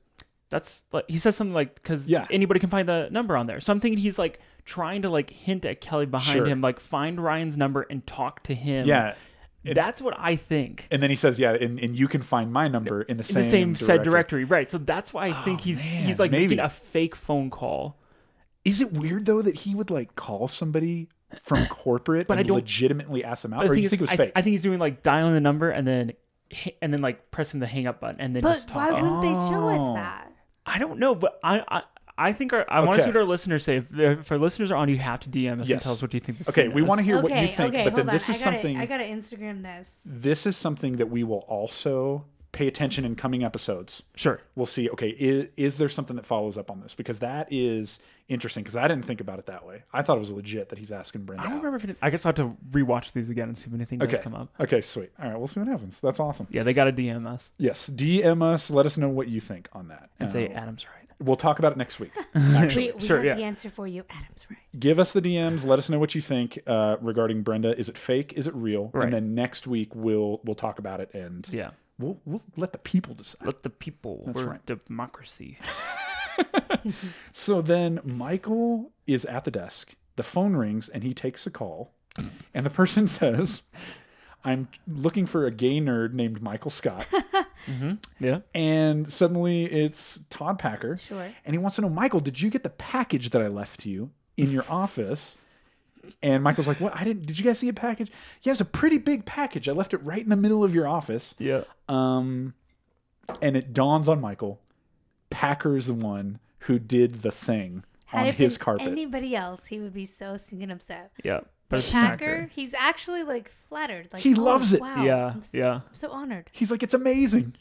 Speaker 2: that's like, he says something like, because
Speaker 1: Yeah.
Speaker 2: anybody can find the number on there. So I'm thinking he's like trying to like hint at Kelly behind
Speaker 1: Sure.
Speaker 2: him, like find Ryan's number and talk to him.
Speaker 1: yeah,
Speaker 2: That's what I think.
Speaker 1: and then he says, "Yeah," and, and you can find my number in the
Speaker 2: In
Speaker 1: same
Speaker 2: the same said
Speaker 1: directory. Oh,
Speaker 2: directory. Right. So that's why I think he's,
Speaker 1: man,
Speaker 2: he's like
Speaker 1: maybe.
Speaker 2: making a fake phone call.
Speaker 1: Is it weird though that he would like call somebody
Speaker 2: [COUGHS]
Speaker 1: from corporate
Speaker 2: But I
Speaker 1: and
Speaker 2: don't-
Speaker 1: legitimately ask them out,
Speaker 2: But
Speaker 1: or do
Speaker 2: I think,
Speaker 1: you think it was
Speaker 2: it's- I,
Speaker 1: fake?
Speaker 2: I think he's doing like dialing the number and then, and then like pressing the hang up button and then
Speaker 3: But
Speaker 2: just
Speaker 3: why
Speaker 2: talking.
Speaker 3: wouldn't they show
Speaker 1: Oh.
Speaker 3: us that?
Speaker 2: I don't know, but I I, I think our I want to see
Speaker 1: Okay.
Speaker 2: what our listeners say. If, they're- if our listeners are on, you have to DM us
Speaker 1: Yes.
Speaker 2: and tell us what you think. This
Speaker 1: okay, we want to hear
Speaker 3: okay,
Speaker 1: what you think,
Speaker 3: okay,
Speaker 1: but then
Speaker 3: hold
Speaker 1: this
Speaker 3: on.
Speaker 1: is
Speaker 3: I gotta,
Speaker 1: something.
Speaker 3: I gotta Instagram this.
Speaker 1: This is something that we will also pay attention in coming episodes.
Speaker 2: Sure.
Speaker 1: We'll see. Okay, is, is there something that follows up on this? Because that is interesting. Because I didn't think about it that way. I thought it was legit that he's asking Brenda.
Speaker 2: I don't
Speaker 1: out.
Speaker 2: remember if it, I guess I'll have to rewatch these again and see if anything
Speaker 1: Okay.
Speaker 2: does come up.
Speaker 1: Okay, sweet. All right, we'll see what happens. That's awesome.
Speaker 2: Yeah, they got to DM us
Speaker 1: Yes, DM us. Let us know what you think on that.
Speaker 2: and say
Speaker 1: Uh,
Speaker 2: Adam's right.
Speaker 1: we'll talk about it next week.
Speaker 3: We, we
Speaker 2: Sure,
Speaker 3: have
Speaker 2: yeah.
Speaker 3: the answer for you. Adam's right.
Speaker 1: give us the DMs. Let us know what you think uh, regarding Brenda. Is it fake? Is it real?
Speaker 2: Right.
Speaker 1: And then next week we'll we'll talk about it and
Speaker 2: Yeah,
Speaker 1: we'll we'll let the people decide.
Speaker 2: let the people.
Speaker 1: That's
Speaker 2: we're
Speaker 1: right.
Speaker 2: democracy.
Speaker 1: So then Michael is at the desk. The phone rings and he takes a call, and the person [LAUGHS] says, "I'm looking for a gay nerd named Michael Scott."
Speaker 2: [LAUGHS] Yeah.
Speaker 1: and suddenly it's Todd Packer.
Speaker 3: Sure.
Speaker 1: And he wants to know, Michael, did you get the package that I left you in
Speaker 3: [LAUGHS]
Speaker 1: your office? And Michael's like, What? I didn't. Did you guys see a package? Yeah, it's a pretty big package. I left it right in the middle of your office.
Speaker 2: Yeah.
Speaker 1: Um, and it dawns on Michael, Packer's the one who did the thing
Speaker 3: Had
Speaker 1: on
Speaker 3: it
Speaker 1: his
Speaker 3: been
Speaker 1: carpet.
Speaker 3: anybody else, he would be so stinking upset.
Speaker 2: Yeah. But it's
Speaker 3: Packer, he's actually like flattered. Like
Speaker 1: He
Speaker 3: "Oh,
Speaker 1: loves it."
Speaker 3: Wow,
Speaker 2: Yeah,
Speaker 3: I'm s-
Speaker 2: yeah.
Speaker 3: I'm so honored.
Speaker 1: He's like, It's amazing.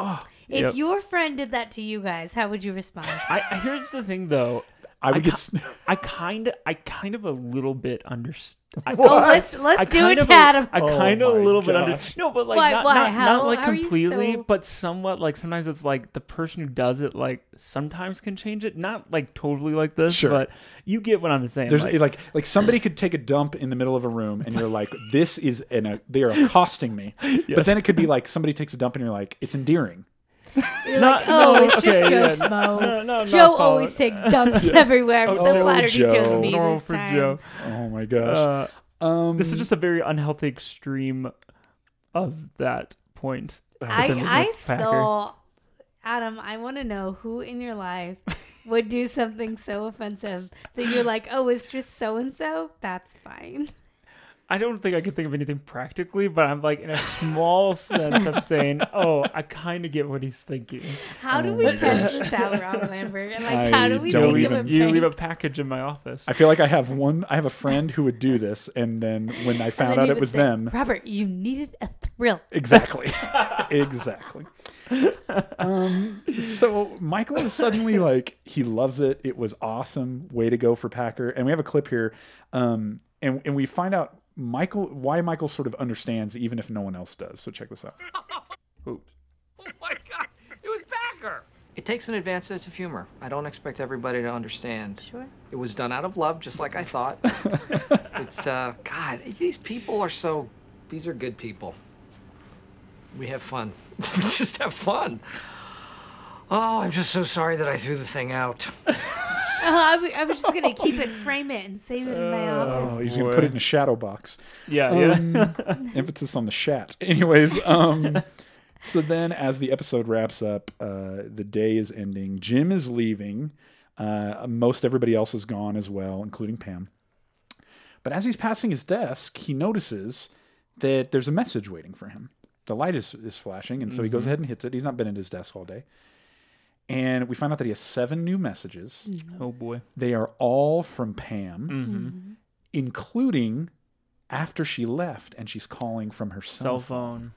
Speaker 3: If
Speaker 2: Yep.
Speaker 3: your friend did that to you guys, how would
Speaker 2: [LAUGHS]
Speaker 3: you respond?
Speaker 2: I, I here's the thing though.
Speaker 1: I would
Speaker 2: I
Speaker 1: get.
Speaker 2: ca-
Speaker 1: s- [LAUGHS]
Speaker 2: I kind of, I kind of a little bit understand.
Speaker 3: Oh, let's let's
Speaker 2: I
Speaker 3: do
Speaker 2: kind
Speaker 3: it,
Speaker 2: of a-
Speaker 3: Adam.
Speaker 2: I
Speaker 1: Oh
Speaker 2: kind of a
Speaker 1: my
Speaker 2: little bit under.
Speaker 1: gosh.
Speaker 2: No, but like
Speaker 3: Why-
Speaker 2: not,
Speaker 3: why?
Speaker 2: not,
Speaker 3: How
Speaker 2: not like
Speaker 3: are you
Speaker 2: completely,
Speaker 3: so-
Speaker 2: but somewhat. Like sometimes it's like the person who does it, like sometimes can change it. Not like totally like this,
Speaker 1: Sure.
Speaker 2: but you get what I'm saying.
Speaker 1: There's
Speaker 2: like,
Speaker 1: like, like somebody could take a dump in the middle of a room and you're like, this is an a, they are accosting [LAUGHS] me. But then it could be like somebody takes a dump and you're like, it's endearing.
Speaker 3: You're
Speaker 2: not-
Speaker 3: like, oh,
Speaker 2: no,
Speaker 3: it's
Speaker 2: okay,
Speaker 3: just Joe
Speaker 2: yeah, no,
Speaker 3: Smo.
Speaker 2: no, not Oh,
Speaker 3: Joe
Speaker 2: followed. [LAUGHS]
Speaker 3: always takes dumps everywhere. I'm so
Speaker 1: Joe,
Speaker 3: flattered he chose
Speaker 1: Joe.
Speaker 3: me
Speaker 2: normal
Speaker 3: this
Speaker 2: for
Speaker 3: time.
Speaker 2: Joe.
Speaker 1: Oh my gosh.
Speaker 2: Uh,
Speaker 1: um,
Speaker 2: this is just a very unhealthy extreme of that point.
Speaker 1: Oh,
Speaker 3: I,
Speaker 2: With the-
Speaker 3: I
Speaker 2: with Packer.
Speaker 3: still, Adam, I want to know who in your life would do something so offensive that you're like, oh, it's just so and so. That's fine.
Speaker 2: I don't think I could think of anything practically, but I'm like in a small [LAUGHS] sense. I'm saying, oh, I kind of get what he's thinking.
Speaker 3: How
Speaker 1: Um,
Speaker 3: do we test this out, Rob Lambert? Like,
Speaker 1: I
Speaker 3: how do we
Speaker 1: don't
Speaker 2: You
Speaker 3: think
Speaker 2: leave,
Speaker 3: of
Speaker 2: a,
Speaker 3: a
Speaker 2: you leave a
Speaker 3: prank?
Speaker 2: package in my office.
Speaker 1: I feel like I have one. I have a friend who would do this, and then when I
Speaker 3: And
Speaker 1: found
Speaker 3: then
Speaker 1: out
Speaker 3: he
Speaker 1: it
Speaker 3: would
Speaker 1: was
Speaker 3: say,
Speaker 1: them,
Speaker 3: Robert, you needed a [LAUGHS] thrill.
Speaker 1: exactly, exactly. Um, so Michael is suddenly like, he loves it. It was awesome. Way to go for Packer. And we have a clip here, um, and and we find out Michael why Michael sort of understands even if no one else does. So check this out.
Speaker 2: Oops.
Speaker 6: It takes an advanced sense of humor. I don't expect everybody to understand.
Speaker 3: Sure.
Speaker 6: It was done out of love, just like I thought. it's, uh, God, these people are so, these are good people. We have fun. [LAUGHS] we just have fun. Oh, I'm just so sorry that I threw the thing out.
Speaker 3: Oh, I w- I was just gonna keep it, frame it, and save it in my
Speaker 1: Oh,
Speaker 3: office.
Speaker 1: he's gonna put it in a shadow box.
Speaker 2: Yeah,
Speaker 1: Um,
Speaker 2: yeah.
Speaker 1: [LAUGHS] emphasis on the shat. [LAUGHS] Anyways, um, so then as the episode wraps up, uh, the day is ending. Jim is leaving. Uh, most everybody else is gone as well, including Pam. But as he's passing his desk, he notices that there's a message waiting for him. The light is, is flashing, and so he goes ahead and hits it. He's not been at his desk all day. And we find out that he has seven new messages.
Speaker 2: Oh boy.
Speaker 1: They are all from
Speaker 2: Mm-hmm.
Speaker 1: Pam,
Speaker 3: Mm-hmm.
Speaker 1: Mm-hmm. including after she left and she's calling from her
Speaker 2: Cell
Speaker 1: cell phone.
Speaker 2: phone.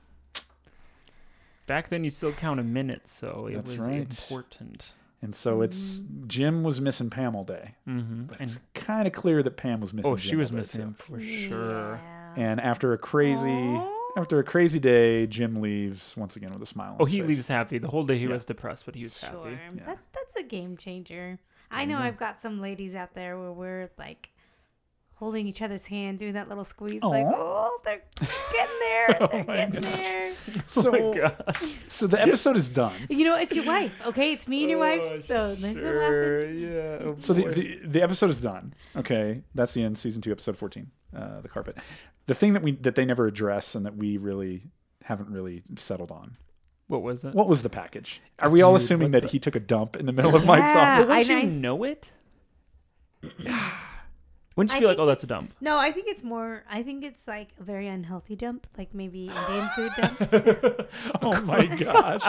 Speaker 2: Back then, you still counted minutes, so it
Speaker 1: That's
Speaker 2: was
Speaker 1: right.
Speaker 2: important.
Speaker 1: And so it's Jim was missing Pam all day.
Speaker 2: Mm-hmm.
Speaker 1: But
Speaker 2: And
Speaker 1: it's kind of clear that Pam was missing.
Speaker 2: oh,
Speaker 1: Jim
Speaker 2: she was
Speaker 1: all day,
Speaker 2: missing him
Speaker 1: so-
Speaker 2: for sure.
Speaker 3: Yeah.
Speaker 1: And after a crazy after a crazy day, Jim leaves once again with a smile. on
Speaker 2: Oh,
Speaker 1: his
Speaker 2: he
Speaker 1: face.
Speaker 2: leaves [LAUGHS] happy. The whole day he
Speaker 1: Yeah.
Speaker 2: was depressed, but he was
Speaker 3: Sure,
Speaker 2: happy.
Speaker 1: Yeah.
Speaker 3: that that's a game changer. I know I've got some ladies out there where we're like holding each other's hand, doing that little squeeze, like,
Speaker 1: Aw. Oh
Speaker 3: oh,
Speaker 1: [LAUGHS]
Speaker 3: they're getting there, they're getting there.
Speaker 2: Oh [LAUGHS]
Speaker 1: So so the episode is
Speaker 3: [LAUGHS]
Speaker 1: done.
Speaker 3: You know, it's your wife, okay? It's me and your
Speaker 1: Oh,
Speaker 3: wife, so there's no laughing.
Speaker 2: yeah. oh
Speaker 1: So the,
Speaker 2: boy.
Speaker 1: the the episode is done. Okay, that's the end. Season two, episode fourteen. Uh, the carpet. The thing that we that they never address and that we really haven't really settled on.
Speaker 2: what was it?
Speaker 1: What was the package? Are we all
Speaker 2: Dude,
Speaker 1: assuming
Speaker 2: what
Speaker 1: that he took a dump in the middle of Mike's
Speaker 3: Yeah.
Speaker 1: office?
Speaker 2: But wouldn't
Speaker 3: I-
Speaker 2: you
Speaker 3: I-
Speaker 2: know it? [SIGHS] wouldn't you
Speaker 3: I
Speaker 2: be like,
Speaker 3: think
Speaker 2: oh, that's a dump?
Speaker 3: No, I think it's more. I think it's like a very unhealthy dump, like maybe Indian food dump.
Speaker 2: [LAUGHS] Oh my gosh.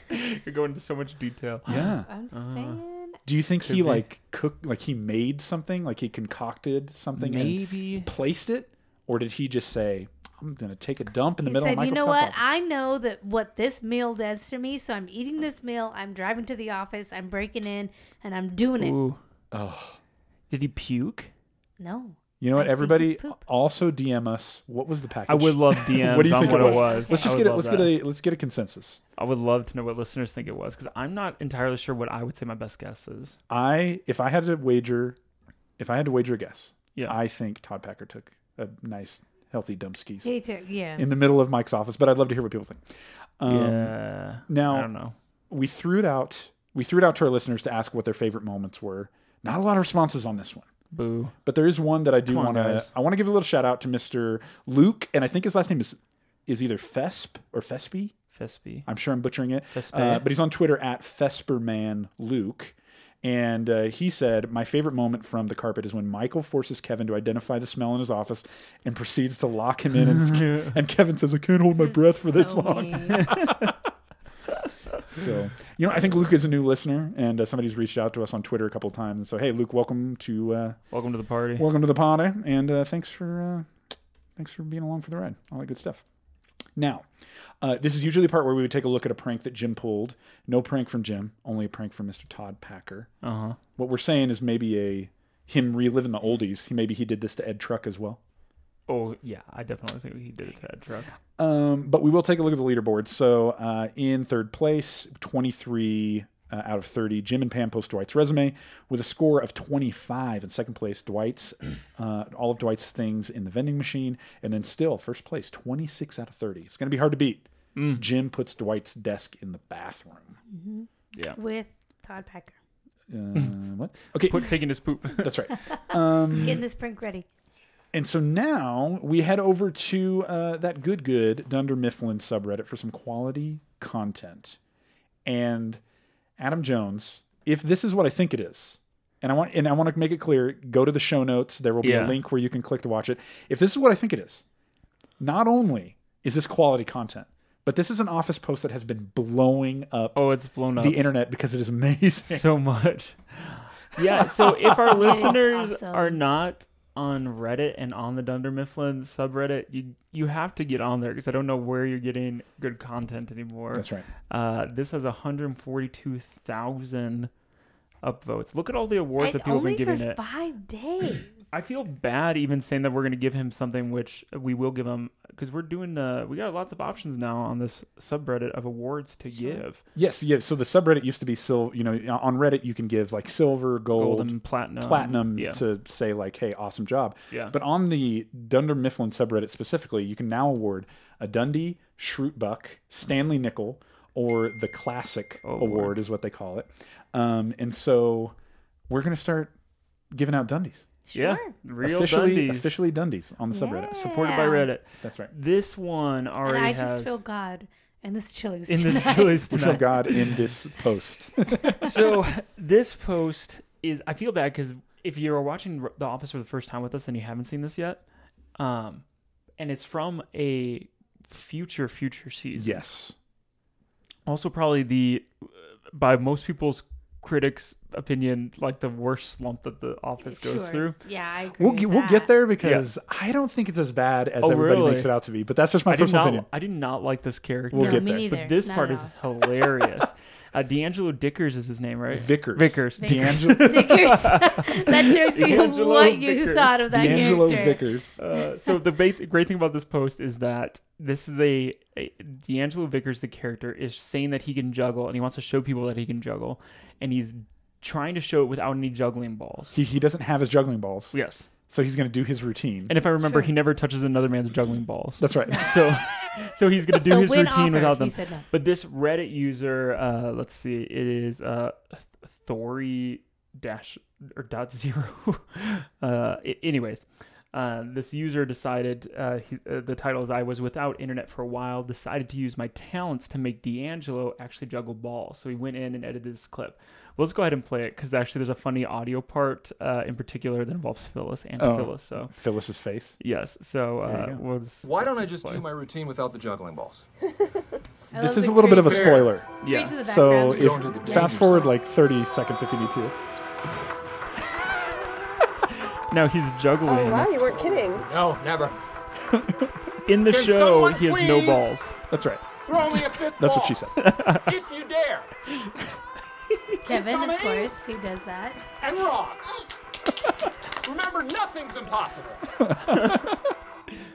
Speaker 2: [LAUGHS] You're going into so much detail.
Speaker 1: Yeah.
Speaker 3: [LAUGHS] I'm just saying.
Speaker 1: Do you think
Speaker 2: Could
Speaker 1: he
Speaker 2: be.
Speaker 1: like cooked, like he made something, like he concocted something
Speaker 2: Maybe.
Speaker 1: and placed it, or did he just say, "I'm gonna take a dump in the
Speaker 3: He
Speaker 1: middle
Speaker 3: said,
Speaker 1: of Michael's
Speaker 3: "You know
Speaker 1: Scott's
Speaker 3: what?
Speaker 1: office"?
Speaker 3: I know that what this meal does to me. So I'm eating this meal. I'm driving to the office. I'm breaking in, and I'm doing it.
Speaker 2: Ooh.
Speaker 1: Oh.
Speaker 2: Did he puke?
Speaker 3: No,
Speaker 1: You know what?
Speaker 3: I think
Speaker 1: Everybody
Speaker 3: it's poop.
Speaker 1: also DM us. What was the package?
Speaker 2: I
Speaker 1: [LAUGHS]
Speaker 2: would love DMs
Speaker 1: What do you
Speaker 2: on
Speaker 1: think
Speaker 2: what
Speaker 1: it was?
Speaker 2: I
Speaker 1: Let's just
Speaker 2: would
Speaker 1: get it.
Speaker 2: love
Speaker 1: Let's
Speaker 2: that.
Speaker 1: get a. Let's get a consensus.
Speaker 2: I would love to know what listeners think it was because I'm not entirely sure what I would say my best guess is.
Speaker 1: I, if I had to wager, if I had to wager a guess,
Speaker 2: Yeah.
Speaker 1: I think Todd Packer took a nice, healthy dump skis
Speaker 3: he took yeah.
Speaker 1: in the middle of Mike's office. But I'd love to hear what people think. Um,
Speaker 2: yeah.
Speaker 1: now-
Speaker 2: Uh, I don't know.
Speaker 1: we threw it out we threw it out to our listeners to ask what their favorite moments were not a lot of responses on this one
Speaker 2: Boo.
Speaker 1: but there is one that i do
Speaker 2: Come on,
Speaker 1: want to
Speaker 2: guys.
Speaker 1: i want to give a little shout out to mr luke and i think his last name is is either fesp or fespy
Speaker 2: Fespy.
Speaker 1: i'm sure i'm butchering it
Speaker 2: Fespe.
Speaker 1: uh, but he's on twitter at fesperman luke and uh, he said, My favorite moment from the carpet is when Michael forces Kevin to identify the smell in his office and proceeds to lock him
Speaker 2: [LAUGHS]
Speaker 1: in. And, and Kevin says, I can't hold my breath for this
Speaker 3: So
Speaker 1: long. [LAUGHS]
Speaker 3: mean.
Speaker 1: So, you know, I think Luke is a new listener, and uh, somebody's reached out to us on Twitter a couple of times and so, "Hey, Luke, welcome to uh,
Speaker 2: Welcome to the party.
Speaker 1: welcome to the pod, eh? and uh, thanks for uh, thanks for being along for the ride, all that good stuff." Now, uh, this is usually the part where we would take a look at a prank that Jim pulled. No prank from Jim, only a prank from Mr. Todd Packer.
Speaker 2: Uh huh.
Speaker 1: What we're saying is maybe a him reliving the oldies. He maybe he did this to Ed Truck as well.
Speaker 2: Oh yeah, I definitely think he did it to that truck.
Speaker 1: Um, but we will take a look at the leaderboard. So uh, in third place, 23 uh, out of 30, Jim and Pam post Dwight's resume with a score of 25. In second place, Dwight's [CLEARS THROAT] uh, all of Dwight's things in the vending machine, and then still first place, 26 out of 30. It's going to be hard to beat. Jim puts Dwight's desk in the bathroom.
Speaker 3: [LAUGHS] with Todd Packer.
Speaker 1: Uh, what? Okay,
Speaker 2: Put taking his poop. [LAUGHS]
Speaker 1: that's right. Mm.
Speaker 3: Getting this prank ready.
Speaker 1: And so now we head over to uh, that good good Dunder Mifflin subreddit for some quality content. And Adam Jones, if this is what I think it is, and I want and I want to make it clear, go to the show notes. There will be a
Speaker 2: Yeah.
Speaker 1: link where you can click to watch it. If this is what I think it is, not only is this quality content, but this is an office post that has been blowing up
Speaker 2: Oh, it's blown up
Speaker 1: the internet because it is
Speaker 2: [LAUGHS]
Speaker 1: amazing.
Speaker 3: [LAUGHS]
Speaker 2: so much. Yeah. So if our listeners
Speaker 3: awesome.
Speaker 2: are not on Reddit and on the Dunder Mifflin subreddit, you you have to get on there because I don't know where you're getting good content anymore.
Speaker 1: That's right.
Speaker 2: Uh, this has 142,000 upvotes. Look at all the awards
Speaker 3: And
Speaker 2: that people have
Speaker 3: only
Speaker 2: been giving
Speaker 3: for
Speaker 1: [CLEARS THROAT]
Speaker 2: it.
Speaker 3: five days.
Speaker 2: I feel bad even saying that we're going to give him something, which we will give him because we're doing. Uh, we got lots of options now on this subreddit of awards to give,
Speaker 1: Yes, yes. So the subreddit used to be sil You know, on Reddit you can give like silver, gold,
Speaker 2: golden, platinum,
Speaker 1: platinum
Speaker 2: Um, Yeah,
Speaker 1: to say like, "Hey, awesome job."
Speaker 2: Yeah.
Speaker 1: But on the Dunder Mifflin subreddit specifically, you can now award a Dundee, Schrutbuck, Stanley Nickel, or the Classic
Speaker 2: Oh,
Speaker 1: Award is what they call it. Um, and so we're gonna start giving out Dundies
Speaker 2: yeah,
Speaker 3: Sure.
Speaker 2: real
Speaker 1: officially.
Speaker 2: Dundies,
Speaker 1: Officially Dundies on the subreddit. So
Speaker 2: supported by
Speaker 3: Yeah.
Speaker 2: Reddit.
Speaker 1: that's right.
Speaker 2: This one already
Speaker 3: And I just
Speaker 2: has
Speaker 3: feel God in this Chili's.
Speaker 2: in this [LAUGHS]
Speaker 3: tonight. [LAUGHS]
Speaker 2: choice
Speaker 1: We feel
Speaker 2: tonight.
Speaker 1: God in this
Speaker 2: [LAUGHS]
Speaker 1: post.
Speaker 2: so [LAUGHS] this post is i feel bad because if you're watching R- the office for the first time with us and you haven't seen this yet um and it's from a future future season
Speaker 1: yes.
Speaker 2: also probably the uh, by most people's critics opinion like the worst slump that the office goes
Speaker 3: Sure.
Speaker 2: through
Speaker 3: Yeah, I agree.
Speaker 1: We'll
Speaker 3: with
Speaker 1: get, we'll get
Speaker 3: that.
Speaker 1: there because I don't think it's as bad as
Speaker 2: Oh,
Speaker 1: everybody
Speaker 2: really?
Speaker 1: makes it out to be. But that's just my
Speaker 2: I do,
Speaker 1: personal
Speaker 2: not,
Speaker 1: opinion.
Speaker 2: I do not like this character
Speaker 1: We'll
Speaker 3: no,
Speaker 1: get
Speaker 3: me
Speaker 1: there.
Speaker 3: neither.
Speaker 2: but this
Speaker 3: Not
Speaker 2: part
Speaker 3: at
Speaker 2: is
Speaker 3: all. [LAUGHS]
Speaker 2: hilarious uh, d'angelo dickers is his name right
Speaker 1: Vickers.
Speaker 2: vickers
Speaker 3: Vickers.
Speaker 1: D'Angelo,
Speaker 3: Vickers. that shows you
Speaker 2: D'Angelo
Speaker 3: what you
Speaker 2: Vickers.
Speaker 3: thought of that
Speaker 1: D'Angelo
Speaker 3: character.
Speaker 1: Vickers.
Speaker 2: Uh, so the ba- great thing about this post is that this is a, a D'Angelo Vickers, the character, is saying that he can juggle and he wants to show people that he can juggle, and he's trying to show it without any juggling balls.
Speaker 1: He, he doesn't have his juggling balls,
Speaker 2: yes,
Speaker 1: so he's going to do his routine.
Speaker 2: and if I remember, he never touches another man's juggling balls.
Speaker 1: That's
Speaker 2: [LAUGHS]
Speaker 1: right.
Speaker 2: so, so he's gonna do
Speaker 3: So
Speaker 2: his
Speaker 3: when
Speaker 2: routine
Speaker 3: offered,
Speaker 2: without them.
Speaker 3: he said no.
Speaker 2: But this Reddit user, uh, let's see, it is uh, Thory dash or dot zero. [LAUGHS] uh, a- anyways, uh, this user decided uh, he, uh, the title is "I was without internet for a while. Decided to use my talents to make D'Angelo actually juggle balls." So he went in and edited this clip. Well, let's go ahead and play it because actually there's a funny audio part uh, in particular that involves Phyllis and
Speaker 1: Oh.
Speaker 2: Phyllis. So
Speaker 1: Phyllis's face.
Speaker 2: yes, so
Speaker 1: There you
Speaker 2: uh,
Speaker 1: go.
Speaker 2: we'll just
Speaker 8: Why don't I just
Speaker 2: play.
Speaker 8: do my routine without the juggling balls?
Speaker 3: I
Speaker 1: This
Speaker 3: love
Speaker 1: is a
Speaker 3: the
Speaker 1: little bit of a
Speaker 3: creep.
Speaker 1: spoiler.
Speaker 3: Creeps in
Speaker 2: yeah.
Speaker 3: the
Speaker 1: So
Speaker 3: background.
Speaker 1: if,
Speaker 8: Don't do the
Speaker 1: fast
Speaker 8: dancing
Speaker 1: forward
Speaker 8: stuff.
Speaker 1: like 30 seconds if you need to.
Speaker 2: Now he's juggling.
Speaker 9: Oh wow, you weren't kidding.
Speaker 8: No, never.
Speaker 2: In the
Speaker 8: Can
Speaker 2: show,
Speaker 8: someone
Speaker 2: he has no
Speaker 8: please-
Speaker 2: balls.
Speaker 1: That's right. [LAUGHS]
Speaker 8: Throw me a fifth
Speaker 1: That's
Speaker 8: ball.
Speaker 1: what she
Speaker 2: [LAUGHS]
Speaker 1: said.
Speaker 8: If you dare,
Speaker 3: Kevin, of
Speaker 8: Comedy.
Speaker 3: course, he does that.
Speaker 8: and
Speaker 1: [LAUGHS]
Speaker 8: wrong. Remember, nothing's impossible.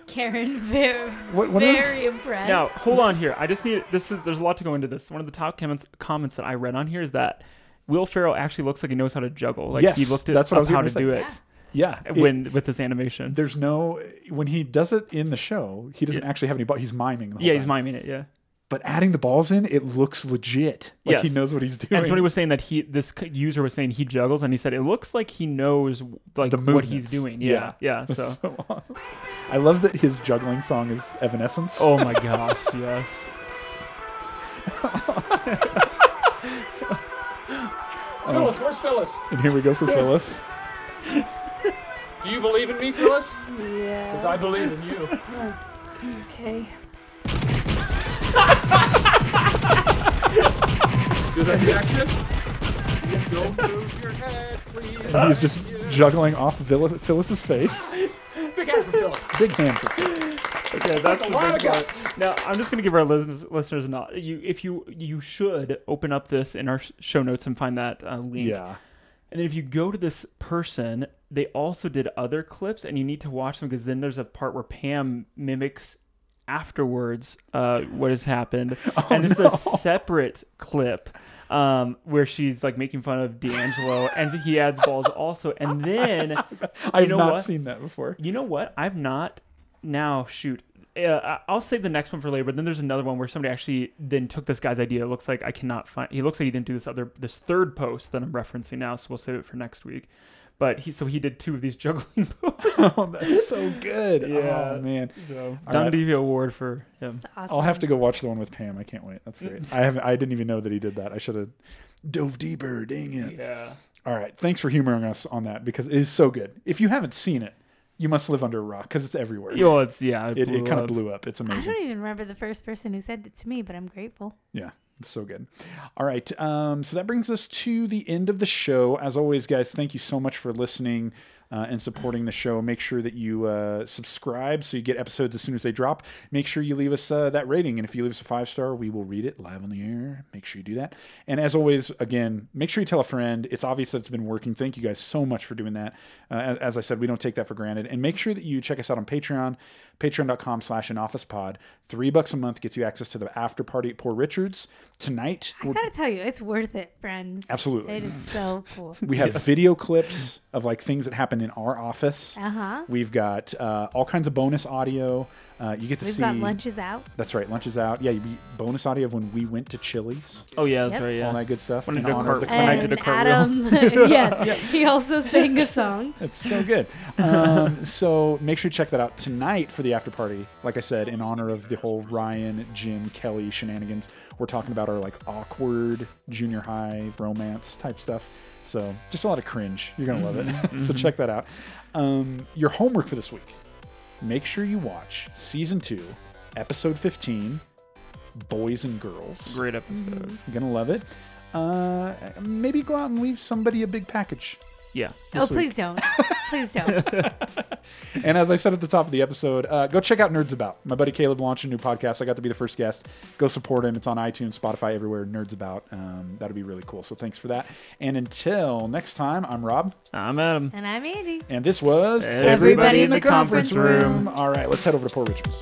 Speaker 3: Karen, very,
Speaker 1: What- what are-
Speaker 3: very impressed.
Speaker 2: Now, hold on here. I just need this is there's a lot to go into this. One of the top comments comments that I read on here is that Will Ferrell actually looks like he knows how to juggle. Like he
Speaker 1: Yes,
Speaker 2: looked it
Speaker 1: that's what I
Speaker 2: up
Speaker 1: was
Speaker 2: how
Speaker 1: gonna
Speaker 2: to
Speaker 1: say.
Speaker 2: do it
Speaker 1: Yeah. it-
Speaker 2: when with this animation.
Speaker 1: there's no when he does it in the show, he doesn't actually have any balls. He's miming. The whole
Speaker 2: Yeah, he's
Speaker 1: time.
Speaker 2: miming it. Yeah.
Speaker 1: But adding the balls in, it looks legit. Like he
Speaker 2: Yes.
Speaker 1: knows what he's doing.
Speaker 2: And somebody was saying that he this c- user was saying he juggles, and he said it looks like he knows like
Speaker 1: the
Speaker 2: what
Speaker 1: movements.
Speaker 2: he's doing. Yeah, yeah.
Speaker 1: That's
Speaker 2: so,
Speaker 1: [LAUGHS] awesome. I love that his juggling song is Evanescence.
Speaker 2: oh my gosh, yes.
Speaker 8: Phyllis, where's Phyllis?
Speaker 1: and here we go
Speaker 2: [LAUGHS]
Speaker 1: for Phyllis.
Speaker 8: Do you believe in me, Phyllis? Because
Speaker 9: Yeah.
Speaker 8: I believe in you.
Speaker 9: Okay.
Speaker 8: Do the reaction. Don't lose your head, please.
Speaker 1: He's just
Speaker 8: Thank you.
Speaker 1: juggling off Phyllis, Phyllis's face.
Speaker 8: Big hand for Phyllis.
Speaker 1: Big hand for Phyllis.
Speaker 2: Yeah, that's
Speaker 8: a
Speaker 2: the
Speaker 8: lot
Speaker 2: best
Speaker 8: of
Speaker 2: part.
Speaker 8: guts.
Speaker 2: Now, I'm just gonna give our listeners, listeners an op- you if you you should open up this in our sh- show notes and find that uh, link.
Speaker 1: Yeah.
Speaker 2: And then if you go to this person, they also did other clips, and you need to watch them because then there's a part where Pam mimics afterwards uh, what has [LAUGHS] happened, and it's a separate clip. Um, where she's like making fun of D'Angelo, and he adds balls also, and [LAUGHS] then
Speaker 1: I've
Speaker 2: know
Speaker 1: not
Speaker 2: what?
Speaker 1: seen that before.
Speaker 2: You know what? I've not. Now, shoot. Uh, I- I'll save the next one for later. But then there's another one where somebody actually then took this guy's idea. It looks like I cannot find. He looks like he didn't do this other this third post that I'm referencing now. So we'll save it for next week. But he so he did two of these [LAUGHS] juggling posts.
Speaker 1: [LAUGHS] Oh, that's so good.
Speaker 2: Yeah.
Speaker 1: Oh, man.
Speaker 2: So
Speaker 1: right.
Speaker 2: Dundee Award for him.
Speaker 3: awesome.
Speaker 1: I'll have to go watch the one with Pam. I can't wait. That's [LAUGHS] great. I haven't. I didn't even know that he did that. I should have dove deeper. Dang it.
Speaker 2: Yeah.
Speaker 1: All right. Thanks for humoring us on that because it is so good. If you haven't seen it, you must live under a rock because it's everywhere.
Speaker 2: Yo, it's yeah.
Speaker 1: it it kind of
Speaker 2: up.
Speaker 1: blew up. It's
Speaker 3: I
Speaker 1: amazing.
Speaker 3: don't even remember the first person who said it to me, but I'm grateful.
Speaker 1: Yeah, it's so good. All right. Um, so that brings us to the end of the show. As always, guys, thank you so much for listening. uh, and supporting the show. Make sure that you uh, subscribe so you get episodes as soon as they drop. Make sure you leave us uh, that rating, and if you leave us a five star, we will read it live on the air. Make sure you do that. And as always, again, make sure you tell a friend. It's obvious that it's been working. Thank you guys so much for doing that. Uh, as, as I said, we don't take that for granted. And make sure that you check us out on Patreon, Patreon.com/slash An Office Pod. Three bucks a month gets you access to the after party at Poor Richards tonight.
Speaker 3: I gotta tell you, it's worth it, friends.
Speaker 1: Absolutely.
Speaker 3: It
Speaker 1: [LAUGHS]
Speaker 3: is so cool.
Speaker 1: We have video clips of like things that happen in our office.
Speaker 3: Uh-huh.
Speaker 1: We've got uh, all kinds of bonus audio. Uh, you get to
Speaker 3: We've
Speaker 1: see.
Speaker 3: got lunches out.
Speaker 1: That's right. Lunch is out. Yeah, you be bonus audio of when we went to Chili's.
Speaker 2: Oh yeah, that's
Speaker 3: Yep.
Speaker 2: right.
Speaker 1: All
Speaker 2: Yeah.
Speaker 1: that good stuff.
Speaker 2: When I
Speaker 1: in
Speaker 2: did
Speaker 1: honor of the
Speaker 2: cartwheel.
Speaker 1: climate.
Speaker 2: I did
Speaker 3: And
Speaker 2: a cartwheel.
Speaker 1: [LAUGHS]
Speaker 3: Adam, [LAUGHS] yes, he also sang a song.
Speaker 1: That's so good. Um, so make sure you check that out tonight for the after party. Like I said, in honor of the whole Ryan, Jim, Kelly shenanigans, we're talking about our like awkward junior high romance type stuff. So just a lot of cringe. You're gonna love it. [LAUGHS] so check that out. Um, your homework for this week: make sure you watch season two, episode 15, Boys and Girls.
Speaker 2: Great episode.
Speaker 1: You're gonna love it. Uh, maybe go out and leave somebody a big package.
Speaker 2: Yeah.
Speaker 3: Oh, please don't.
Speaker 1: [LAUGHS]
Speaker 3: Please don't.
Speaker 1: And as I said at the top of the episode, uh, go check out Nerds About. My buddy Caleb launched a new podcast. I got to be the first guest. Go support him. It's on iTunes, Spotify, everywhere. Nerds About. Um, that'd be really cool. So thanks for that. And until next time, I'm Rob,
Speaker 2: I'm Adam.
Speaker 3: And I'm Andy.
Speaker 1: and this was
Speaker 2: Everybody in the conference room.
Speaker 1: All right, let's head over to Poor Richards.